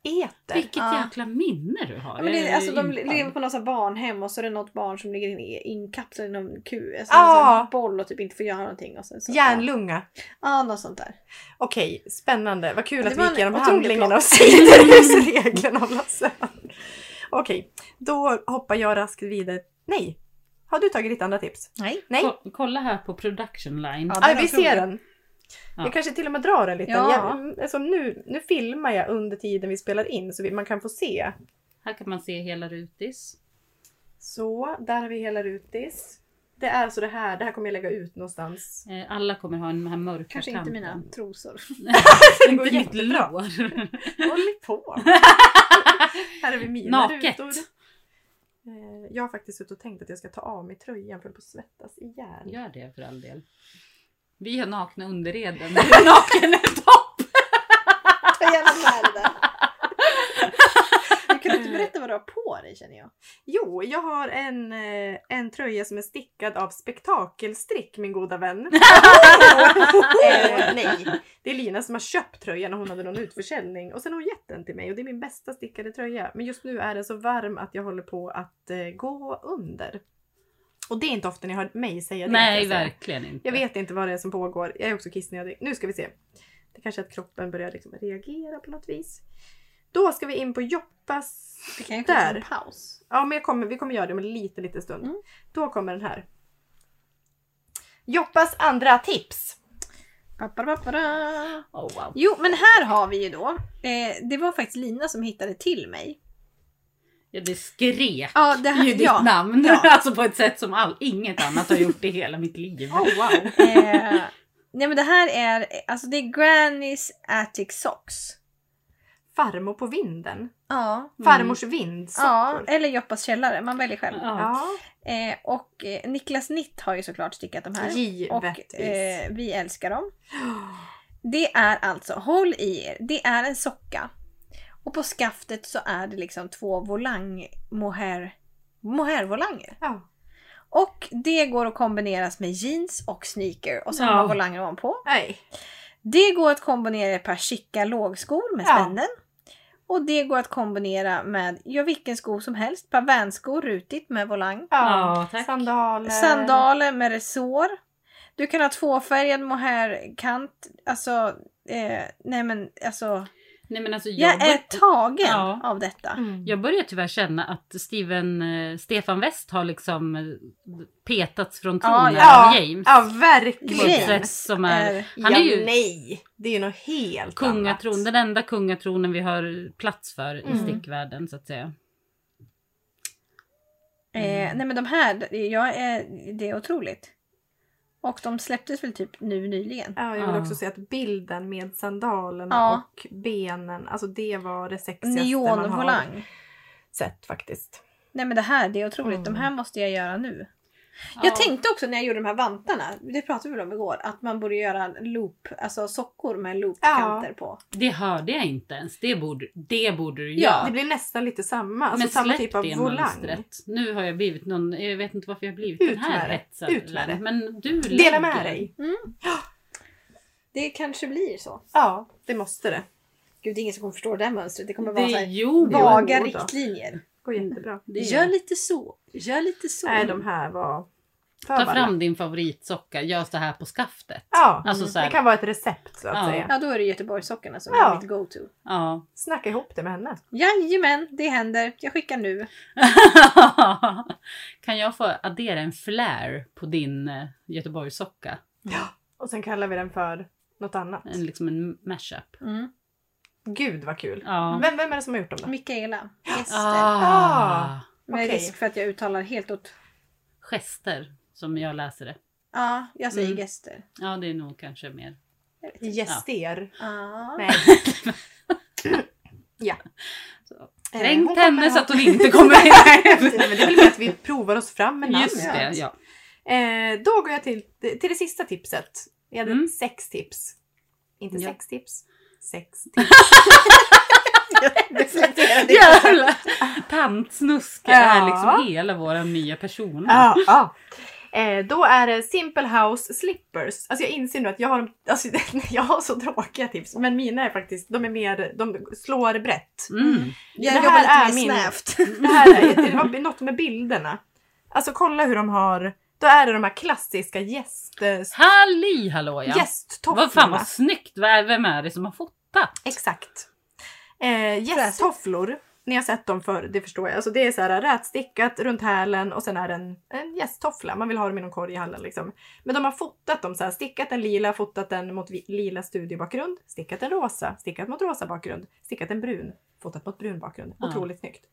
A: Eter.
B: Vilket
C: Ja.
B: jäkla minne du har. Eh,
C: Ja, men det, är-
B: är
C: alltså de
B: impad.
C: lever på något så här barnhem och så är det något barn som ligger in- inkapslat i någon ku, alltså
A: Ja.
C: en sån här boll och typ inte får göra någonting. Och sen, så, ja.
A: Järnlunga.
C: ja, något sånt där.
A: Okej, spännande. Vad kul
C: Det
A: att vi
C: var
A: gick
C: en
A: igenom
C: otrolig
A: handlingen
C: plott.
A: av Ciderhusreglerna av Lasse. Okej, då hoppar jag raskt vidare. Nej! Har du tagit ditt andra tips?
C: Nej.
A: Nej?
B: Ko- Kolla här på production line.
C: Ja.
A: Ja,
C: den
A: vi
C: var
A: ser
C: otrolig.
A: den.
B: Ja.
A: Jag kanske till och med drar en liten.
C: Ja.
A: Jag, alltså nu, nu filmar jag under tiden vi spelar in så vi, man kan få se.
B: Här kan man se hela Rutis.
A: Så, där har vi hela Rutis. Det är alltså det här, det här kommer jag lägga ut någonstans.
B: Eh, Alla kommer ha den här mörka
C: Kanske inte
B: kanten.
C: mina trosor.
A: Det går
B: Inte mitt
A: jättebra.
B: lår.
A: Håll på! här är vi mina
B: Naket.
A: rutor. Eh, Jag har faktiskt suttit och tänkt att jag ska ta av mig tröjan för att på att svettas ihjäl.
B: Gör det för all del. Vi har nakna underreden. Du är naken i topp!
C: Jag jävla med det där. Du kan inte berätta vad du har på dig känner jag.
A: Jo, jag har en, eh, en tröja som är stickad av spektakelstrick, min goda vän. eh, nej, det är Lina som har köpt tröjan och hon hade någon utförsäljning. Och sen har hon gett den till mig och det är min bästa stickade tröja. Men just nu är den så varm att jag håller på att eh, gå under. Och det är inte ofta ni hör mig säga det. kan
B: Nej,
A: jag säga.
B: verkligen inte.
A: Jag vet inte vad det är som pågår. Jag är också kissnödig. Nu ska vi se. Det kanske är att kroppen börjar liksom reagera på något vis. Då ska vi in på Joppas...
C: Det kan ju
A: Där.
C: komma en paus.
A: Ja, men jag kommer, vi kommer göra det om en liten, liten stund.
C: Mm.
A: Då kommer den här. Joppas andra tips.
C: Paparapapara.
B: Oh, wow.
C: Jo, men här har vi ju då. Eh, det var faktiskt Lina som hittade till mig.
B: Ja, det skrek
C: Ja, det här,
B: ju ditt
C: ja.
B: namn.
C: Ja.
B: Alltså på ett sätt som all, inget annat har gjort i hela mitt liv.
A: Oh wow.
C: Eh, nej men det här är, alltså det är Granny's Attic Socks.
A: Farmor på vinden.
C: Ja.
A: Farmors vindsockor.
C: Ja, eller Joppas källare. Man väljer själv.
B: Ja.
A: Ja,
C: Eh, och eh, Niklas Nitt har ju såklart stickat de här.
A: givetvis.
C: Och eh, vi älskar dem. Det är alltså, håll i er, det är en socka. Och på skaftet så är det liksom två volang mohair, mohairvolanger.
A: ja.
C: Och det går att kombineras med jeans och sneaker och så har
B: Ja.
C: man volanger ovanpå.
A: Nej.
C: Det går att kombinera ett par chicka lågskor med
A: Ja.
C: spännen. Och det går att kombinera med, ja vilken sko som helst, ett par vänskor rutigt med volang.
A: Ja.
B: Ja, tack.
A: Sandaler.
C: Sandaler med resår. Du kan ha tvåfärgad mohairkant. Alltså, eh, nej men alltså.
B: Nej, men alltså, jag,
C: Jag är
B: bör,
C: tagen
B: Ja.
C: av detta.
A: Mm.
B: jag börjar tyvärr känna att Steven, eh, Stefan West har liksom eh, petats från
C: Ja,
B: tronen
A: ja.
B: av James.
A: Ja,
B: På ett
A: verkligen.
B: sätt som är...
C: Eh,
B: Han är
A: ja,
B: ju-
A: nej. Det är ju något helt
B: Kungatron,
A: annat.
B: den enda kungatronen vi har plats för i
A: Mm.
B: stickvärlden så att säga.
C: eh, nej men de här, jag är, det är otroligt. Och de släpptes väl typ nu nyligen.
A: Ja, jag vill
B: Ja.
A: också säga att bilden med sandalerna
C: Ja.
A: och benen, alltså det var det sexigaste man har
C: Neonvolang.
A: sett faktiskt.
C: Nej men det här, det är otroligt. De här måste jag göra nu. Mm. Jag tänkte också när jag gjorde de här vantarna, det pratade vi väl om igår, att man borde göra en loop, alltså sockor med loopkanter på.
B: Det hörde jag inte ens. Det borde, det borde du
C: Ja,
B: göra.
A: Det blir nästan lite samma, alltså
B: men
A: samma
B: släpp
A: typ av
B: det
A: volang.
B: mönstret. Nu har jag blivit någon, jag vet inte varför jag har blivit
A: Ut
B: den
A: med
B: här
A: det.
B: hetsaren.
A: Ut med det.
B: Men du
A: Dela med
B: lägger-
A: dig!
C: Det kanske blir så.
A: Ja, det måste det.
C: Gud, det är ingen som kommer förstå det där mönstret. Det kommer vara så
B: Det,
C: här
B: jo,
C: vaga
A: Jo då.
C: riktlinjer.
A: Går
B: Mm.
A: jättebra.
B: det
C: Gör lite så. Gör lite så.
A: Nej, de här var för
B: Ta
A: balla.
B: fram din favoritsocka, gör så här på skaftet.
A: Ja,
B: Alltså så här-
A: det kan vara ett recept så att
B: Ja.
A: säga.
C: Ja, då är det Göteborgssockorna som
A: Ja.
C: är mitt go-to.
B: Ja.
A: Snacka ihop det med henne.
C: Jajamän, det händer. Jag skickar nu.
B: kan jag få addera en flare på din eh, Göteborgssocka?
A: Och sen kallar vi den för något annat.
B: En, liksom en mashup.
C: Mm.
A: Gud vad kul!
B: Ja. Mm.
A: Vem, vem är det som har gjort dem då?
C: Mikaela, gäster.
B: Ah,
C: Med
A: okej.
C: risk för att jag uttalar helt åt...
B: gester som jag läser det.
C: Ja, jag säger
B: Mm.
C: gäster.
B: Ja, det är nog kanske mer.
A: Gäster.
C: Ja.
A: Nej. ja.
B: Så.
A: Eh,
B: Kränkt
A: hon kommer
B: henne
A: ha-
B: så att hon inte kommer in.
A: Nej, men det är väl mer att vi provar oss fram med namn.
B: Just det, ja.
A: Eh, då går jag till, till det sista tipset. Jag hade
B: Mm.
A: sex tips. Inte
B: Ja.
A: sex tips. Sex tips. Jag reflekterade inte.
B: Jävlar! Tantsnusk är
A: Ja.
B: liksom hela vår nya person.
A: Ja, ja. Eh, då är det Simple House Slippers. Alltså jag inser nu att jag har, alltså, jag har så tråkiga tips. Men mina är faktiskt, de är mer, de slår brett.
B: Mm.
C: Jag
A: Det
C: jobbar
A: här
C: lite
A: är min-
C: mer snävt.
A: Det här är, det var något med bilderna. Alltså kolla hur de har, då är det de här klassiska gäst, eh,
B: Halli hallå ja!
A: gästtofflorna.
B: Vad fan vad snyggt! Vad är- Vem är det som har fotat?
A: Exakt. Eh, Gästtofflor. Ni har sett dem förr, det förstår jag. Alltså det är så här rätstickat runt hälen och sen är det en, en gästtoffla. Man vill ha dem i någon korg i hallen liksom. Men de har fotat dem så här, stickat en lila, fotat den mot vi- lila studiobakgrund, stickat en rosa, stickat mot rosa bakgrund, stickat en brun, fotat mot brun bakgrund.
B: Ja.
A: Otroligt snyggt.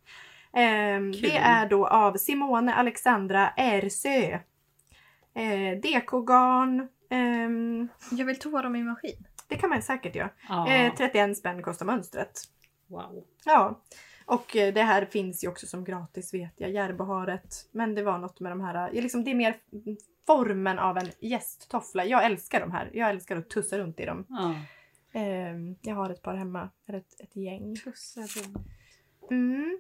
A: Ehm,
B: Kul.
A: det är då av Simone Alexandra Ersö. Eh, DK-garn. Ehm,
C: Jag vill tova dem i maskin.
A: det kan man säkert göra.
B: Ja.
A: Eh, 31 spänn kostar mönstret.
B: Wow.
A: Ja. Och eh, det här finns ju också som gratis vet jag, Järboharet. Men det var något med de här, eh, liksom, det är mer formen av en gästtoffla. Jag älskar de här. Jag älskar att tussa runt i dem.
B: Ja.
A: Eh, jag har ett par hemma, eller ett, ett gäng.
B: Pussar runt.
A: Mm.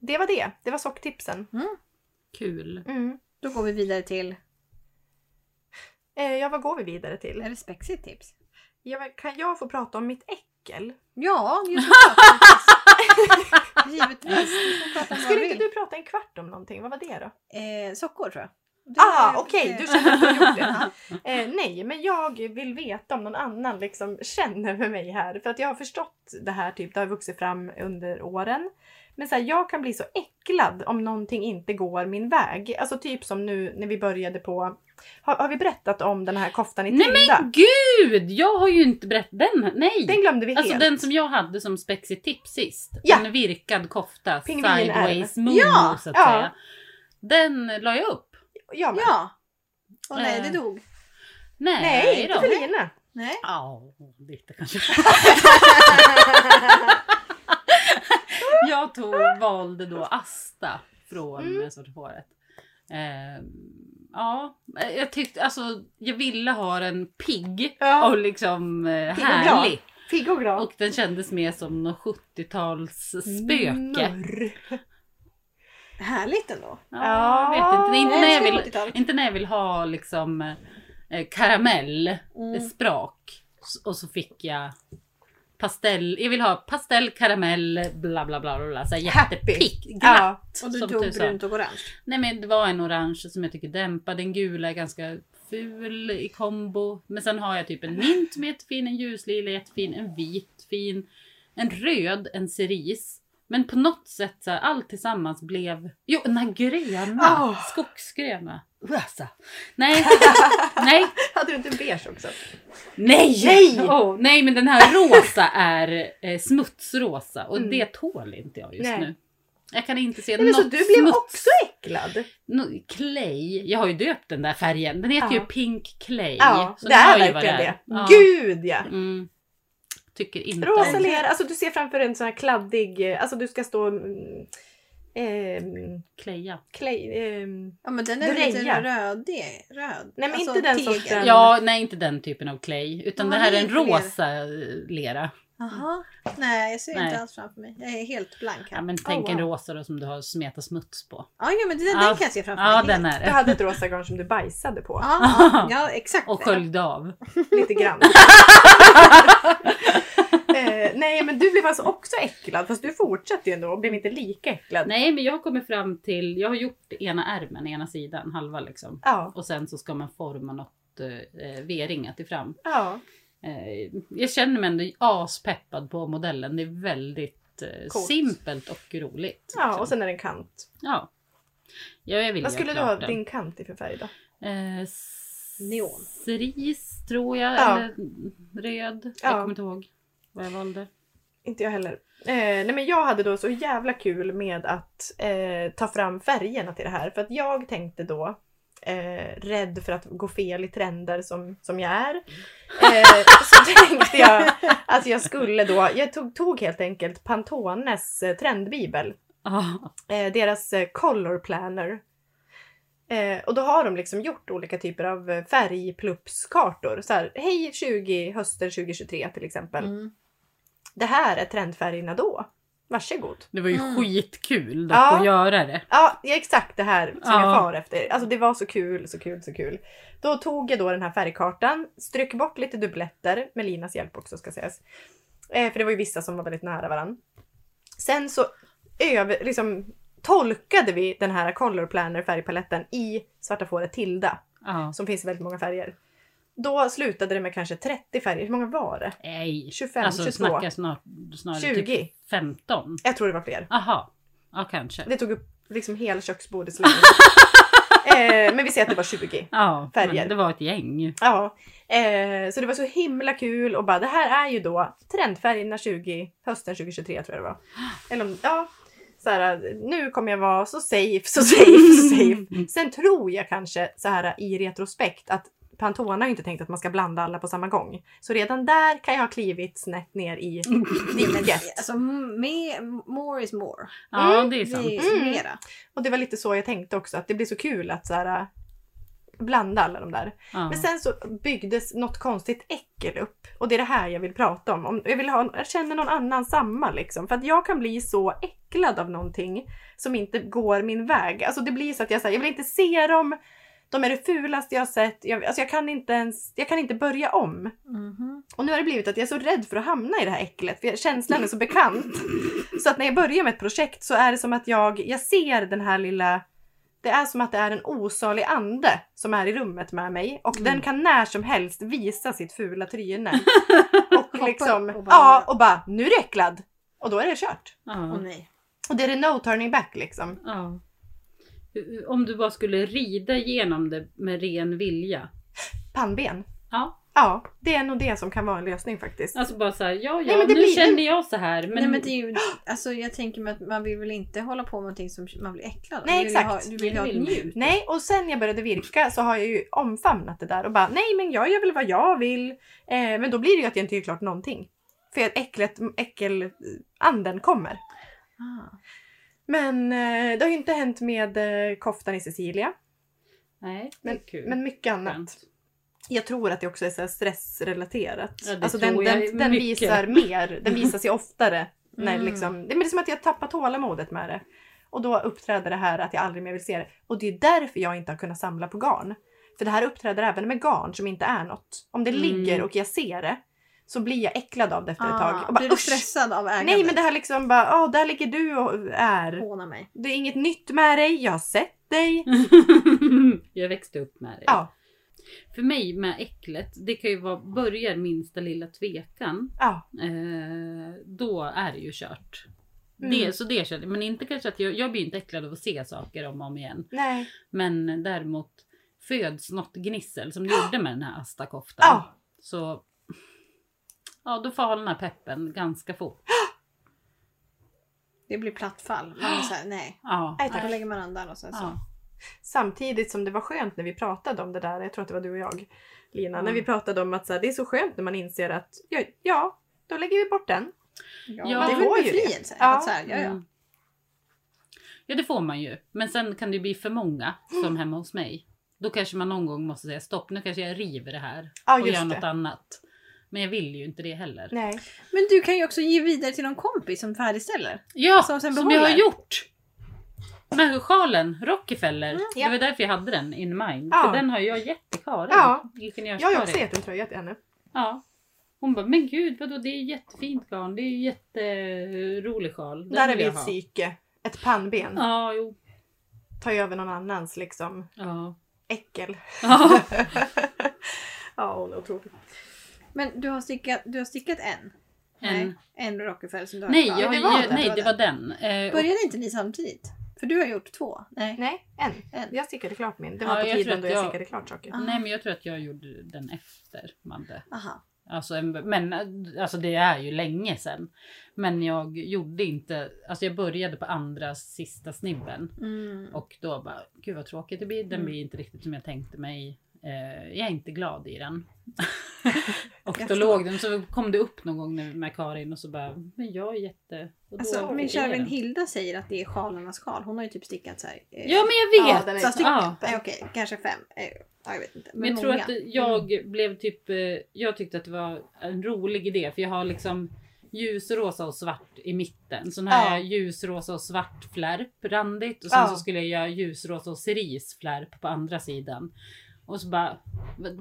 A: Det var det. Det var socktipsen.
B: Kul.
A: Mm.
C: Då går vi vidare till...
A: Eh, ja, vad går vi vidare till?
C: Är det spexigt tips?
A: Ja, men kan jag få prata om mitt äckel?
C: Ja, just det. Givetvis. Du får prata om vad
A: Skulle
C: du
A: inte
C: vill.
A: du prata en kvart om någonting? Vad var det då?
C: Eh, sockor tror jag. Du
A: Ah,
C: har-
A: okej,
C: eh,
A: du känner att du har gjort det.
C: Ja.
A: Eh, nej, men jag vill veta om någon annan liksom känner för mig här. För att jag har förstått det här, typ, det har vuxit fram under åren. Men så här, jag kan bli så äcklad om någonting inte går min väg. Alltså typ som nu när vi började på... Har, har vi berättat om den här koftan i
B: Nej,
A: Tilda?
B: Gud! Jag har ju inte berättat den. Nej!
A: Den glömde vi
B: alltså
A: helt.
B: den som jag hade som spexigt tips sist.
A: Ja.
B: En virkad kofta,
A: Pingvinärm.
B: sideways moon
C: Ja,
B: så att
A: ja.
B: säga. Den la jag upp.
A: Jag med.
C: ja. Och nej, det dog.
B: Nej,
A: Nej,
B: då.
A: inte Felina.
C: Eh, Nej.
B: Ja, lite kanske. jag tog, valde då Asta från mm. Svarta fåret. Eh, ja, eh, jag tyckte alltså jag ville ha den pigg
A: Ja.
B: och liksom eh,
A: Pigg och
B: härlig.
A: Pigg och glad.
B: Och den kändes mer som någon 70-tals
A: Mm,
B: spöke.
A: Norr.
C: Härligt ändå.
B: Ja, jag vet inte. Det är inte när jag
C: älskar
B: vill,
C: 70-talet.
B: inte när jag vill ha liksom eh, karamell, eh,
C: Mm.
B: sprak. S- Och så fick jag pastell, jag vill ha pastell, karamell, bla bla bla. bla, bla. Så här
A: Happy.
B: jättepick, glatt.
A: Ja.
C: Och du
B: som
C: tog
B: tusan.
C: brunt och orange.
B: Nej men det var en orange som jag tycker dämpar, den gula är ganska ful i kombo. Men sen har jag typ en mint som är jättefin, en ljuslila är jättefin, en vit fin, en röd, en cerise. Men på något sätt så här, allt tillsammans blev... Jo, den här gröna!
A: Ah.
B: Skogsgröna. Alltså. Nej, nej,
A: Hade du inte en beige också?
B: nej!
A: Nej! Oh.
B: Åh, nej, men den här rosa är eh, smutsrosa och
A: Mm.
B: det tål inte jag just
A: Nej.
B: nu. Jag kan inte se
A: Nej, men
B: något
A: så du blev
B: smuts.
A: också äcklad?
B: No, clay. Jag har ju döpt den där färgen. Den heter
A: Ja.
B: ju Pink Clay.
A: Ja,
B: Så
A: det
B: ni hör
A: är
B: ju vad
A: verkligen det.
B: är. Ja.
A: Gud ja!
B: Mm. Tycker inte
A: Rosa
B: om
A: lera, alltså du ser framför en sån här kladdig, eh, alltså du ska stå... mm, ehm,
B: kleja.
A: clay, ehm,
C: Ja men den är väl
A: Dreja.
C: lite rödig. Röd. Alltså,
A: Nej, men inte den sorten.
B: Ja, nej inte den typen av clay. Utan
C: Ja,
B: det här
C: det
B: är
C: är
B: en
C: inte mer.
B: rosa eh, lera.
C: Jaha. Nej jag ser
B: Nej.
C: inte alls framför mig. Jag är helt blank
B: Ja,
C: här.
B: men tänk en
A: wow.
B: rosa då som du har smetat smuts på.
C: Ja, ja men den,
B: Ja.
C: den kan jag se framför
B: Ja,
C: mig.
B: den
C: helt.
B: är
A: Du
B: det.
A: hade ett rosa garn som du bajsade på.
C: Ja, ja, ja exakt.
B: Och sköljde av.
A: Lite grann. eh, nej men du blev alltså också äcklad fast du fortsatte ju ändå och blev inte lika äcklad.
B: Nej, men jag har kommit fram till... Jag har gjort ena ärmen, ena sidan, halva liksom.
A: Ja.
B: Och sen så ska man forma något eh, V-ringat till fram.
A: ja.
B: Eh, jag känner mig ändå aspeppad på modellen. Det är väldigt eh,
A: Coolt.
B: simpelt och roligt.
A: Ja
B: liksom.
A: och sen är det en kant.
B: ja. Ja, jag vill
A: Vad
B: göra
A: skulle du
B: klart
A: ha
B: den.
A: din kant i för färg då?
B: Eh, s-
C: Neon.
B: Cerise tror jag,
A: Ja.
B: eller röd.
A: Ja.
B: Jag kommer inte ihåg vad jag valde.
A: Inte jag heller. Eh, nej men jag hade då så jävla kul med att eh, ta fram färgerna till det här. För att jag tänkte då, eh, rädd för att gå fel i trender som, som jag är. Eh, så tänkte jag att jag skulle då, jag tog, tog helt enkelt Pantones eh, trendbibel.
B: Ah,
A: Eh, deras eh, color planner. Eh, och då har de liksom gjort olika typer av eh, färgpluppskartor. Så här, hej 20 hösten 2023 till exempel
C: Mm.
A: det här är trendfärgerna då. Varsågod.
B: det var ju
C: Mm.
B: skitkul dock
A: Ja.
B: att göra det.
A: Ja, det är exakt det här som jag
B: Ja.
A: far efter. Alltså det var så kul, så kul, så kul. Då tog jag då den här färgkartan, strök bort lite dubbletter med Linas hjälp också ska sägas. Eh, för det var ju vissa som var väldigt nära varann. Sen så över, liksom, tolkade vi den här color planner färgpaletten i Svarta fåret Tilda
B: Ja.
A: som finns i väldigt många färger. Då slutade det med kanske 30 färger. Hur många var det?
B: Nej.
A: 25,
B: alltså
A: 22,
B: snacka snart, snarare
A: 20.
B: typ 15.
A: Jag tror det var fler.
B: Aha. Ja, kanske.
A: Det tog upp liksom hela köksbordets längd. eh, men vi säger att det var 20.
B: Ja, men
A: Färger.
B: det var ett gäng.
A: Ja, eh, så det var så himla kul och bara det här är ju då trendfärgerna 20, hösten 2023 tror jag det var. Eller om- ja, så här, nu kommer jag vara så safe, så safe, så safe. Sen tror jag kanske så här i retrospekt att Pantone har ju inte tänkt att man ska blanda alla på samma gång. Så redan där kan jag ha klivit snett ner i diket.
C: Alltså, m- mer, more is more.
B: Ja,
A: Mm,
B: det är sant.
C: Det är
A: Mm.
C: mera.
A: Och det var lite så jag tänkte också, att det blir så kul att så här, äh, blanda alla de där.
B: Ja.
A: Men sen så byggdes något konstigt äckel upp. Och det är det här jag vill prata om. om jag, vill ha, jag känner någon annan samma liksom. För att jag kan bli så äcklad av någonting som inte går min väg. Alltså det blir så att jag säger, jag vill inte se dem. De är det fulaste jag har sett. Jag, alltså jag kan inte ens, jag kan inte börja om.
C: Mhm.
A: Och nu har det blivit att jag är så rädd för att hamna i det här äcklet. För jag- känslan är så bekant. Så att när jag börjar med ett projekt så är det som att jag, jag ser den här lilla det är som att det är en osalig ande som är i rummet med mig och
C: Mm.
A: den kan när som helst visa sitt fula tryne. Och liksom,
C: upp och bara-
A: ja och bara nu är det äcklad! Och då är det kört.
C: Åh
B: Ja.
C: nej.
A: Och det är det no turning back liksom.
B: Ja. Om du bara skulle rida igenom det med ren vilja.
A: Pannben.
B: Ja.
A: Ja, det är nog det som kan vara en lösning faktiskt.
B: Alltså bara såhär, ja ja
A: Nej, men det
B: nu
A: blir-
B: känner jag så här men,
C: nej men det är ju, alltså, jag tänker mig att man vill väl inte hålla på med någonting som man blir äcklad av.
A: Nej,
C: Du vill ju
A: exakt.
C: Ha, du vill ju ha
B: Det
C: ett
B: vill man ju.
C: njut.
A: typ. Nej, och sen jag började virka så har jag ju omfamnat det där och bara nej men jag gör väl vad jag vill. Eh, men då blir det ju att jag inte gör klart någonting. För att äcklet, äckelanden kommer.
C: Ah.
A: Men eh, det har ju inte hänt med eh, koftan i Cecilia.
B: Nej, det är kul.
A: Men mycket annat.
B: Skönt.
A: Jag tror att det också är så här stressrelaterat.
B: Ja, det
A: alltså
B: tror
A: den,
B: jag
A: den, den
B: mycket.
A: visar mer, den visar sig oftare. När
C: Mm.
A: liksom, det men det är som att jag tappar tålamodet med det. Och då uppträder det här att jag aldrig mer vill se det. Och det är därför jag inte har kunnat samla på garn. För det här uppträder även med garn som inte är något. Om det
B: Mm.
A: ligger och jag ser det så blir jag äcklad av det efter ett tag.
C: Ah,
A: Och
C: blir
A: bara,
C: du
A: usch!
C: stressad av ägandet?
A: Nej men det här liksom bara, ja där ligger du och
B: Mm.
A: är.
C: Håna mig.
A: Det är inget nytt med dig, jag har sett dig.
B: jag växte upp med det.
A: Ja,
B: För mig med äcklet, det kan ju vara, börjar minsta lilla tvekan,
A: ja.
B: eh, då är det ju kört.
A: Mm.
B: Det, så det känner jag, men inte kanske att jag, jag blir inte äcklad av att se saker om och om igen.
A: Nej.
B: Men däremot föds något gnissel som det gjorde med den här Asta-koftan.
A: Ja.
B: Så ja, då falnar peppen ganska fort.
C: Det blir platt fall. Man är så här, nej.
B: Ja.
A: Nej, tack.
C: Då lägger man andan och sen så.
B: Ja.
A: Samtidigt som det var skönt när vi pratade om det där, jag tror att det var du och jag Lina,
B: Mm.
A: när vi pratade om att så här, det är så skönt när man inser att ja, ja då lägger vi bort den.
B: Ja,
C: det är
B: det
A: går
C: väl
A: ju det.
C: befrielse.
A: Ja.
C: Att så här, ja, ja.
B: Mm. ja det får man ju. Men sen kan det ju bli för många som hemma hos mig. Då kanske man någon gång måste säga stopp nu kanske jag river det här
A: Ja
B: och gör
A: just
B: något
A: det.
B: annat. Men jag vill ju inte det heller.
A: Nej.
C: Men du kan ju också ge vidare till någon kompis som färdigställer.
B: Ja,
C: Som
B: som,
C: sen
B: jag har
C: behåller.
B: gjort! Med sjalen, Rockefeller.
A: Mm, ja.
B: Det var därför jag hade den in mind.
A: Ja.
B: För den har jag gett till Karin.
A: Ja.
B: Vilken
A: Jag har ju
B: jag
A: också gett en tröja till henne.
B: Ja. Hon bara, men gud vadå det är jättefint garn, det är ju jätterolig sjal. Den
A: Där är
B: vill
A: vi
B: jag
A: ett
B: ha."
A: psyke. Ett pannben.
B: Ja, jo.
A: Ta över någon annans liksom
B: Ja.
A: äckel.
B: ja.
A: ja hon är otrolig.
C: Men du har stickat, du har stickat en? Nej, en Rockefeller som du har
B: Nej,
C: kvar.
B: jag,
A: det
B: det
A: var den.
B: nej det var den. Eh, och,
C: Började inte ni samtidigt? För du har gjort två? Nej.
A: Nej, en.
C: En.
A: Jag stickade klart min. Det var
B: Ja,
A: på
B: jag tror
A: tiden
B: att
A: då jag
B: jag-
A: stickade klart saker.
C: Ja.
B: nej men jag tror att jag gjorde den efter Madde.
C: Aha.
B: Alltså, en- men eh, alltså det är ju länge sedan. Men jag gjorde inte, alltså jag började på andra sista snibben.
C: Mm.
B: Och då bara, gud vad tråkigt det blir. Den
C: Mm.
B: blir inte riktigt som jag tänkte mig. Eh, jag är inte glad i den. och
C: Jag
B: då
C: förstår.
B: låg den, så kom det upp någon gång när- med Karin och så bara, men jag är jätte... Och då
C: Alltså,
B: är
C: min kära vän
B: den.
C: Hilda säger att det är sjalarnas sjal. Hon har ju typ stickat så här. eh,
B: Ja men jag
A: Ja,
B: vet!
A: den är-
C: så jag stickar-
B: Ja.
C: Nej, Okej, kanske fem. Eh, Ja, jag vet inte.
B: Men jag tror
C: många.
B: att
A: Mm.
B: jag blev typ, eh, jag tyckte att det var en rolig idé för jag har liksom ljusrosa och svart i mitten. Så nu har
A: Ja.
B: jag ljusrosa och svart flärp randigt och sen
A: Ja.
B: så skulle jag göra ljusrosa och cerise flärp på andra sidan. Och så bara,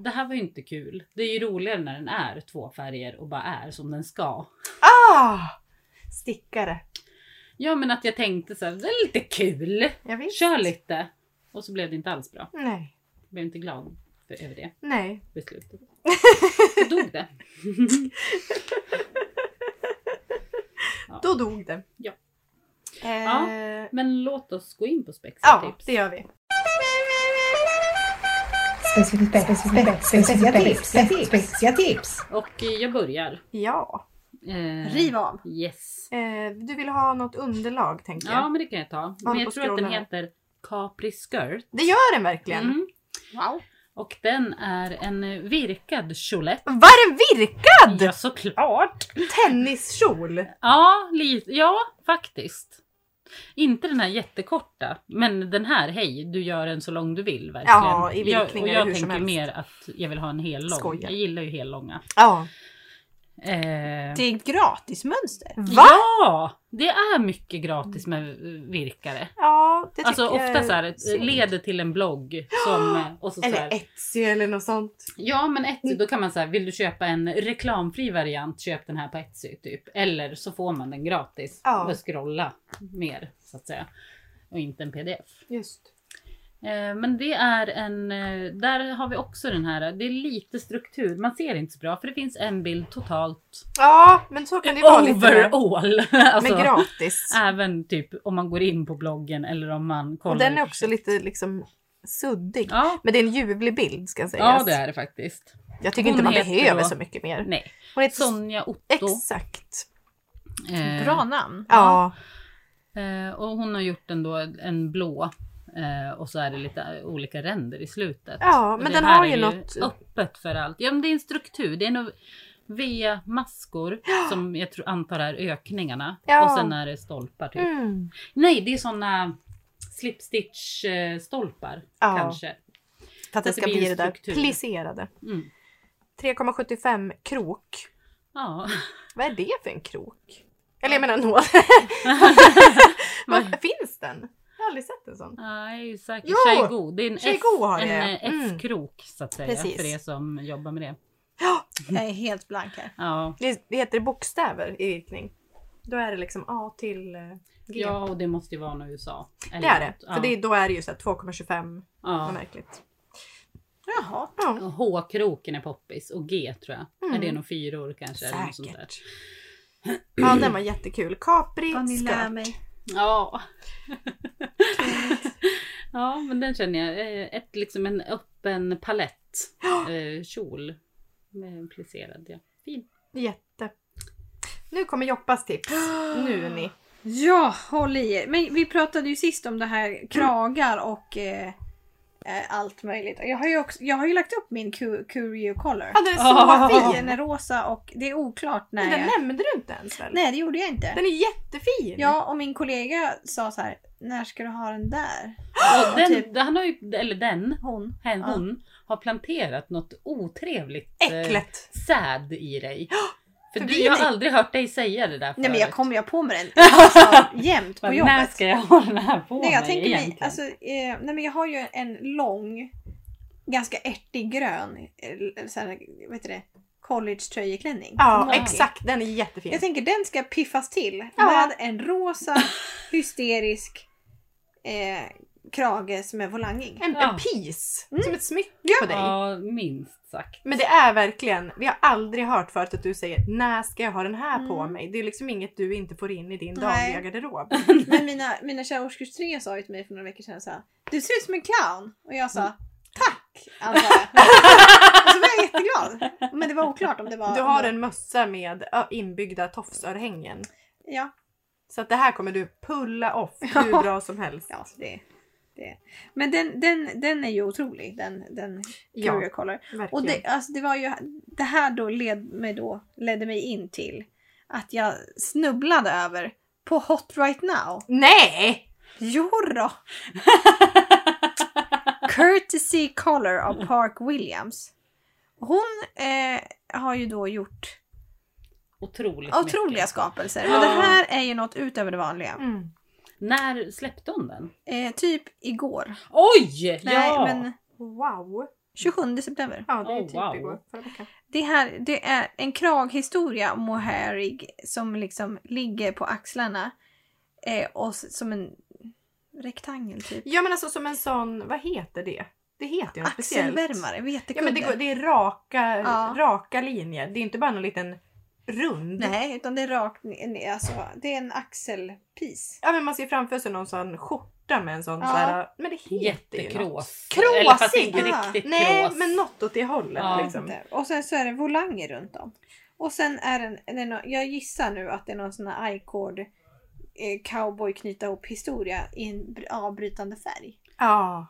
B: det här var ju inte kul. Det är ju roligare när den är två färger och bara är som den ska.
A: Ah! Stickare.
B: Ja men att jag tänkte så här, det är lite kul.
A: Jag visst.
B: Kör lite. Och så blev det inte alls bra.
A: Nej.
B: Jag blev inte glad för, över det
A: Nej.
B: beslutet. Så dog det.
A: Då dog det.
B: Ja.
A: Eh,
B: Ja. Men låt oss gå in på spex och
A: ja,
B: tips.
A: det gör vi.
D: Specifica tips, specifica tips, specifica tips.
B: Och eh, jag börjar.
A: Ja.
B: Eh,
C: Riv av!
B: Yes.
A: Eh, du vill ha något underlag tänker jag.
B: Ja men det kan jag ta.
A: håller
B: Men
A: på
B: jag
A: att
B: tror att den
A: scrolla här.
B: heter Capri Skirt.
A: Det gör den verkligen.
B: Mm.
C: Wow!
B: Och den är en eh, virkad kjolett.
A: Var det virkad?
B: Ja, såklart!
A: Tenniskjol!
B: Ja, lite, ja, faktiskt. Inte den här jättekorta, men den här, hej, du gör den så lång du vill verkligen.
A: Ja, i
B: jag, och
A: vinklingar
B: jag
A: hur som
B: tänker
A: helst.
B: mer att jag vill ha en hel lång.
A: Skojar.
B: Jag gillar ju hel långa.
A: Ja.
B: Eh,
C: Det är ett gratismönster.
A: Va?
B: ja, det är mycket gratis med virkare.
A: Ja, det tycker
B: Alltså
A: jag
B: ofta så här,
A: är
B: ett-
A: synd.
B: leder till en blogg som, och så, så
A: Eller Mm.
B: här,
A: Etsy eller något sånt.
B: Ja men Etsy, då kan man säga, vill du köpa en reklamfri variant, köp den här på Etsy typ. Eller så får man den gratis
A: Ja.
B: och scrolla mer så att säga. Och inte en pdf.
A: Just.
B: Eh, men det är en, eh, där har vi också den här, det är lite struktur, man ser inte så bra för det finns en bild totalt
A: Ja, men så kan det ju vara lite.
B: overall.
A: Men
B: alltså,
A: gratis.
B: även typ om man går in på bloggen eller om man kollar.
A: Och den är
B: i
A: också
B: projekt.
A: lite liksom suddig.
B: Ja,
A: Men det är en ljuvlig bild ska sägas.
B: ja det är det faktiskt.
A: Jag tycker
B: Hon
A: inte man
B: heter
A: behöver
B: då-
A: så mycket mer.
B: Nej.
A: Hon heter
B: Sonja Otto.
A: Exakt.
B: eh,
C: Bra namn.
A: Ja.
B: Eh, och hon har gjort en, då, en blå eh, och så är det lite olika ränder i slutet.
A: Ja,
B: Och
A: men
B: det
A: den
B: här
A: har
B: är
A: ju något-
B: öppet för allt. Ja men det är en struktur. Det är nog V-maskor som jag tror, antar är ökningarna.
A: Ja.
B: Och sen är det stolpar typ.
A: Mm.
B: Nej det är såna slipstitch eh, stolpar
A: Ja.
B: kanske.
A: För att det
B: Så
A: ska
B: det blir
A: bli det
B: en
A: där
B: struktur.
A: plisserade.
B: Mm.
A: 3,75 krok.
B: Ja.
A: Vad är det för en krok? Eller jag menar nål. Vad- Finns den? Jag har aldrig sett en sån.
B: Nej säkert.
A: Jo!
B: Tjejgo. Det är en, F,
A: Tjejgo har
B: en
A: jag.
B: eh,
A: Mm.
B: F-krok så att säga.
A: Precis.
B: För er som jobbar med det.
C: Jag är helt blank här.
B: Ja.
A: Det, det heter bokstäver i virkning. Då är det liksom A till eh, G.
B: ja och det måste ju vara något i USA.
A: det är det.
B: något.
A: För det, är- Mm. då är det ju så här 2,25.
B: Ja.
A: Vad märkligt.
C: Jaha.
A: Ja,
B: H-kroken är poppis och G tror jag. Är det nog fyror kanske? eller något sånt där.
A: Mm. säkert. Ja, den var jättekul. Capri
C: Vad ni lär
A: skört.
C: mig.
B: Ja. ja men den känner jag. Eh, Ett, liksom en öppen palett. Eh, kjol. Med plisserad ja. Fin.
A: Jätte. Nu kommer Joppas tips. Nu ni.
C: Ja, håll i er. Men vi pratade ju sist om det här kragar och eh, eh, allt möjligt. Jag har ju, också, jag har ju lagt upp min cu- Curio Collar.
A: Ja, den är så
B: Ah.
A: fin!
C: Den är rosa och det är oklart
A: Men
C: när
A: den
C: jag...
A: nämnde du inte ens väl?
C: Nej, det gjorde jag inte.
A: Den är jättefin!
C: Ja, och min kollega sa så här, när ska du ha den där?
B: Och den,
C: typ-
B: han har ju, eller den,
C: Hon.
B: hen,
C: Ja.
B: hon, har planterat något otrevligt eh,
A: Äcklet!
B: säd i dig. För
A: För
B: du,
A: vi-
B: jag har aldrig hört dig säga det där förut.
C: Nej men jag kommer jag på med den alltså, jämt på
B: Men När
C: jobbet.
B: ska jag ha den här på
C: Nej, jag
B: mig
C: tänker mig,
B: egentligen?
C: alltså, eh, nej men jag har ju en lång, ganska ärtig grön, eh, så här, vad heter det, college tröjeklänning.
A: Ja,
B: Nej.
A: exakt. Den är jättefin.
C: Jag tänker den ska piffas till
A: Ja.
C: med en rosa hysterisk eh, krage som är volangig.
A: En, en
B: Ja.
A: pis!
C: Mm.
A: Som ett smycke på dig.
B: Ja, minst sagt.
A: Men det är verkligen, vi har aldrig hört förut att du säger när ska jag ha den här på mig? Det är liksom inget du inte får in i din
C: Mm. Nej.
A: dagliga garderob.
C: Men mina, mina kära årskurs 3 sa ju till mig för några veckor sedan så här, Du ser ut som en clown! Och jag sa tack! Alltså, antar jag. Och så var jag jätteglad. Men det var oklart om det var...
A: Du har en mössa med ö, inbyggda tofsörhängen.
C: Ja,
A: Så att det här kommer du pulla off hur
C: Ja.
A: bra som helst.
C: ja så det, det. Men den, den, den är ju otrolig den, den
A: Ja,
C: Curio Collar.
A: Verkligen.
C: Och det, alltså det var ju, det här då, led mig då ledde mig in till att jag snubblade över på Hot Right Now.
A: Nej!
C: Jodå! Courtesy Collar av Park Williams. Hon eh, har ju då gjort
B: Otroligt
C: otroliga
B: mycket.
C: skapelser. Men det här är ju något utöver det vanliga.
A: Mm.
B: När släppte hon den?
C: Eh, typ igår.
B: Oj!
C: Nej,
B: ja!
C: men
A: Wow!
C: 27 september.
A: Ja, det är
B: Oh,
A: typ
B: wow.
A: igår. Förra veckan.
C: Det här det är en kraghistoria mohairig som liksom ligger på axlarna. Eh, och s- som en rektangel typ.
A: Ja men alltså som en sån, vad heter det? Det heter ju något speciellt.
C: Axelvärmare,
A: Ja men det, går,
C: vetekudde.
A: det är raka,
C: Ja.
A: raka linjer. Det är inte bara någon liten rund.
C: Nej, utan det är rakt ner. Alltså, det är en axelpis.
A: Ja men man ser framför sig någon sån skjorta med en sån
C: Ja.
A: så här, men det heter ju något.
B: Jättekrås.
A: Kråsig!
B: Eller fast inte
C: Ja.
B: riktigt
A: Nej
B: krås.
A: men något åt det hållet
B: Ja.
A: liksom.
C: Och sen så är det volanger runt om. Och sen är den, den är nå- jag gissar nu att det är någon sån här I-cord eh, cowboy knyta ihop historia i en br- avbrytande färg.
A: Ja.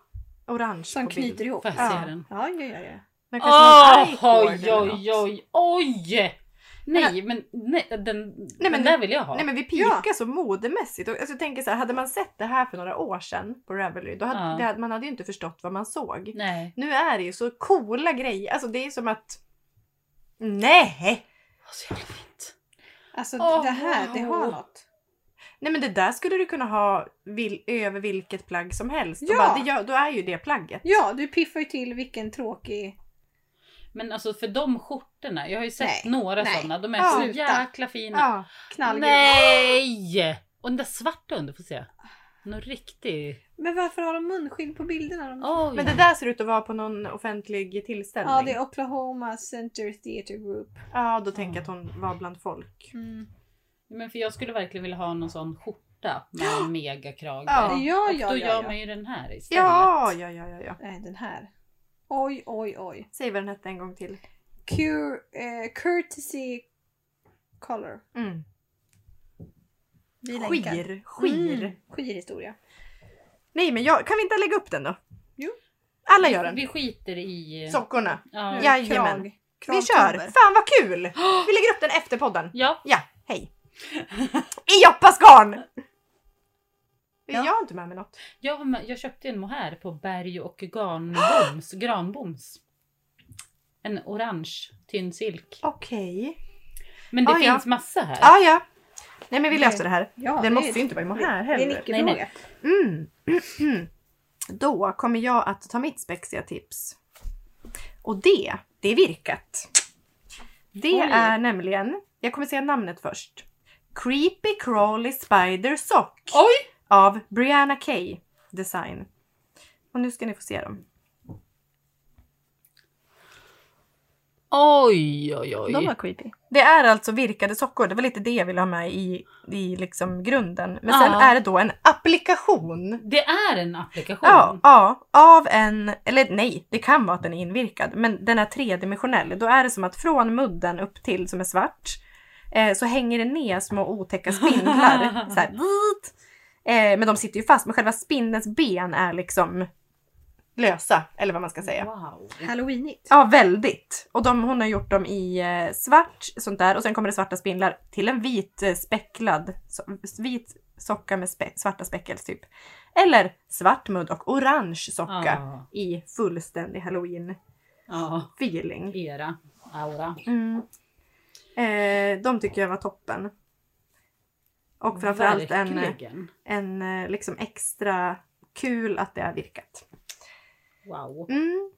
A: orange på
C: Som
A: bild.
C: knyter ihop.
B: Får jag
A: Ja.
B: se den?
C: Ja, ja, ja, ja.
A: Men kanske någon
B: Åh,
A: arg cord
B: oj,
A: eller
B: oj,
A: något.
B: oj, oj! Nej, men nej, den,
A: men
B: den
A: nu-
B: där vill jag ha.
A: Nej men vi pikar så modemässigt. Och alltså, jag tänker så här, hade man sett det här för några år sedan på Ravelry, då hade,
B: Ja.
A: det hade man hade ju inte förstått vad man såg.
B: Nej.
A: Nu är det ju så coola grejer. Alltså det är som att... Nej!
B: Åh, Så jävla fint.
C: Alltså
B: Åh,
C: det här, det har
B: wow.
C: något.
A: Nej men det där skulle du kunna ha vil- över vilket plagg som helst. Och
C: Ja.
A: bara, det, gör- då är ju det plagget.
C: Ja, du piffar ju till vilken tråkig...
B: Men alltså för de skjortorna, jag har ju sett
C: Nej,
B: några
C: nej.
B: sådana, de är
A: Ja,
B: så
C: sluta.
B: jäkla fina.
A: Ja.
C: knallgul.
B: Nej! Och den där svarta under, får se. Någon riktig...
C: Men varför har de munskydd på bilderna? De...
B: Oj.
A: Men det där ser ut att vara på någon offentlig tillställning.
C: Ja, det är Oklahoma Center Theatre Group.
A: Ja, då tänker jag att hon var bland folk.
B: Men för jag skulle verkligen vilja ha någon sån skjorta med en megakrage.
A: Ja.
C: Ja, ja,
B: Och
C: ja.
B: då gör
C: ja,
B: man ju den här istället.
A: Ja, ja, ja, ja, ja.
C: Nej, den här. Oj, oj, oj.
A: Säg vad den hette en gång till.
C: Cure, eh, courtesy color.
A: Mm.
C: Vi länkar.
A: Skir, skir.
C: Mm, skirhistoria.
A: Nej men jag, kan vi inte lägga upp den då?
C: Jo.
A: Alla gör den.
B: Vi skiter i...
A: Sockorna.
B: Ja.
A: Ja. Jajamän.
C: Krag.
A: Vi kör!
C: Kragtuber.
A: Fan vad kul! Vi lägger upp den efter podden.
B: ja.
A: Ja, hej. I Joppas garn!
C: Ja.
A: Jag har inte med mig något.
B: Jag, har med- jag köpte en mohair på berg och garnboms, granboms. En orange tynn silk.
A: Okej.
B: Men det
A: Ah, ja.
B: finns massa här.
A: Ja, ja. Nej men vi löser det här.
C: Ja, det
A: Den
C: är-
A: måste ju inte vara i mohair
C: Det är en
A: heller.
B: Nej,
C: icke-fråga.
A: Mm. Då kommer jag att ta mitt spexiga tips. Och det, det är virkat. Det
C: Oj.
A: är nämligen, jag kommer säga namnet först. Creepy Crawly Spider Sock
B: Oj!
A: av Brianna Kay Design. Och nu ska ni få se dem.
B: Oj, oj, oj.
C: De var creepy.
A: Det är alltså virkade sockor, det var lite det jag ville ha med i, i liksom grunden. Men sen
B: Ja.
A: är det då en applikation
B: Det är en applikation.
A: Ja, ja, av en, eller nej, det kan vara att den är invirkad, men den är tredimensionell. Då är det som att från mudden upp till som är svart eh, så hänger det ner små otäcka spindlar. så här, vit. eh, men de sitter ju fast, men själva spindelns ben är liksom lösa, eller vad man ska säga.
B: Wow.
C: Halloweenigt.
A: Ja, väldigt. Och de, hon har gjort dem i eh, svart, sånt där, och sen kommer det svarta spindlar till en vit eh, specklad, so vit socka med spe svarta speckels typ. Eller svart mudd och orange socka
B: Ja.
A: i fullständig halloween-feeling.
B: Ja. Era. Aura.
A: Mm. Eh, de tycker jag var toppen. Och framförallt en,
B: Verkligen.
A: en eh, liksom extra kul att det är virkat.
B: Wow.
A: Mm.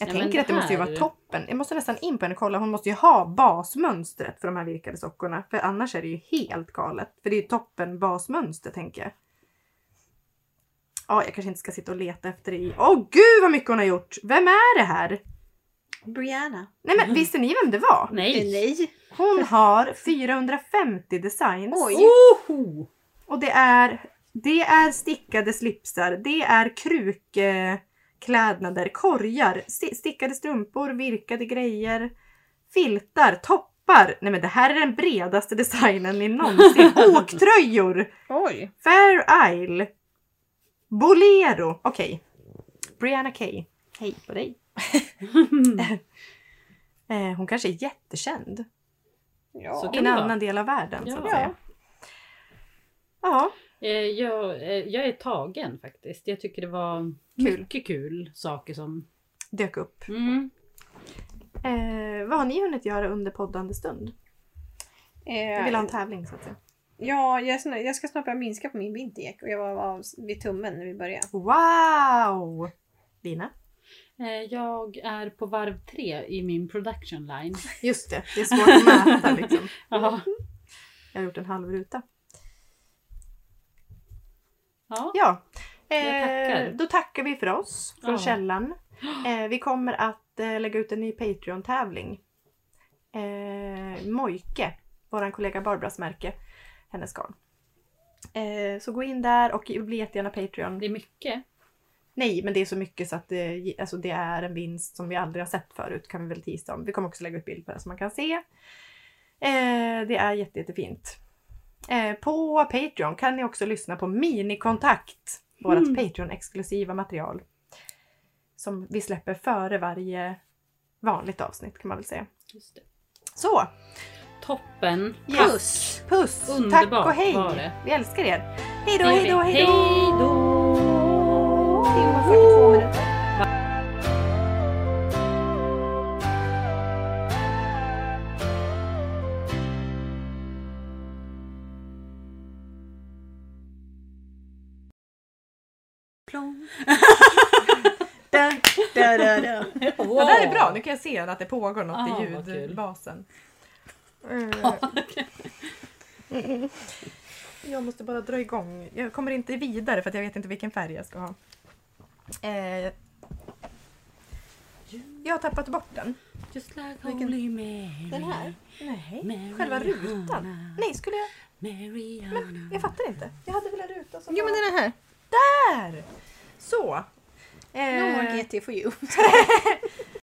A: Jag
B: Ja, men
A: tänker
B: det
A: att det måste ju
B: här-
A: vara toppen. Jag måste nästan in på henne och kolla. Hon måste ju ha basmönstret för de här virkade sockorna. För annars är det ju helt galet. För det är ju toppen basmönster tänker jag. Ja, jag kanske inte ska sitta och leta efter det i... Åh gud vad mycket hon har gjort! Vem är det här?
C: Brianna.
A: Nej men visste ni vem det var?
C: Eh,
B: Nej.
C: Nej.
A: Hon har 450 designs.
C: Oj.
B: Oho!
A: Och det är, det är stickade slipsar, det är krukklädnader, korgar, sti- stickade strumpor, virkade grejer, filtar, toppar. Nej men det här är den bredaste designen ni någonsin. Åktröjor!
C: Oj.
A: Fair Isle! Bolero! Okej. Brianna Kay. Hej på dig. Eh, Hon kanske är jättekänd
C: Ja.
B: Så-
A: i
B: Kan
A: en
B: det vara?
A: annan del av världen. Så att
B: Ja.
A: säga. ja.
B: Eh, jag, eh, jag är tagen faktiskt. Jag tycker det var mycket kul saker som...
A: Dök upp.
B: Mm.
A: Eh, vad har ni hunnit göra under poddande stund? Jag vill ha en
C: Eh,
A: tävling så att säga.
C: ja, jag, sn- jag ska snart börja minska på min vinterjack och jag var, var vid tummen när vi började.
A: Wow! Lina?
B: Eh, Jag är på varv tre i min production line.
A: Just det, det är svårt att mäta liksom.
B: Ja.
A: Jag har gjort en halv ruta.
B: Ja.
A: Ja. eh,
B: Jag tackar.
A: då tackar vi för oss från
B: Ja.
A: källan. Eh, vi kommer att eh, lägga ut en ny Patreon-tävling. Eh, Mojke, vår kollega Barbras märke, hennes garn. Eh, så gå in där och bli jättegärna Patreon.
B: Det är mycket.
A: Nej, men det är så mycket så att det, ge- alltså det är en vinst som vi aldrig har sett förut kan vi väl tisa om. Vi kommer också lägga upp bild på det som man kan se. Eh, det är jätte, jättefint. Eh, på
B: Mm.
A: Patreon kan ni också lyssna på Minikontakt, vårt Patreon-exklusiva material. som vi släpper före varje vanligt avsnitt kan man väl säga.
B: Just det.
A: Så!
B: Toppen!
C: Puss!
A: Puss!
B: Underbart
A: Tack och hej!
B: var det.
A: Vi älskar er! Hej då,
B: Det gör
A: hej då,
B: vi.
A: hej då!
B: Hej då!
C: Timme 42 minuter. Plong. Da, da, da, da.
B: Wow.
A: Det där är bra, nu kan jag se att det pågår något
B: Ah,
A: i
B: vad kul.
A: ljudbasen. Jag måste bara dra igång. Jag kommer inte vidare för att jag vet inte vilken färg jag ska ha. Eh, jag har tappat bort den.
B: Just like
A: Vilken-
B: Holy Mary.
C: Den här?
A: Nej,
B: Mariana.
A: själva rutan. Nej, skulle jag...
B: Mariana.
A: Men jag fattar inte. Jag hade väl en ruta som
C: Jo men
A: var
C: den här.
A: där! Så! Eh,
C: No more GT for you.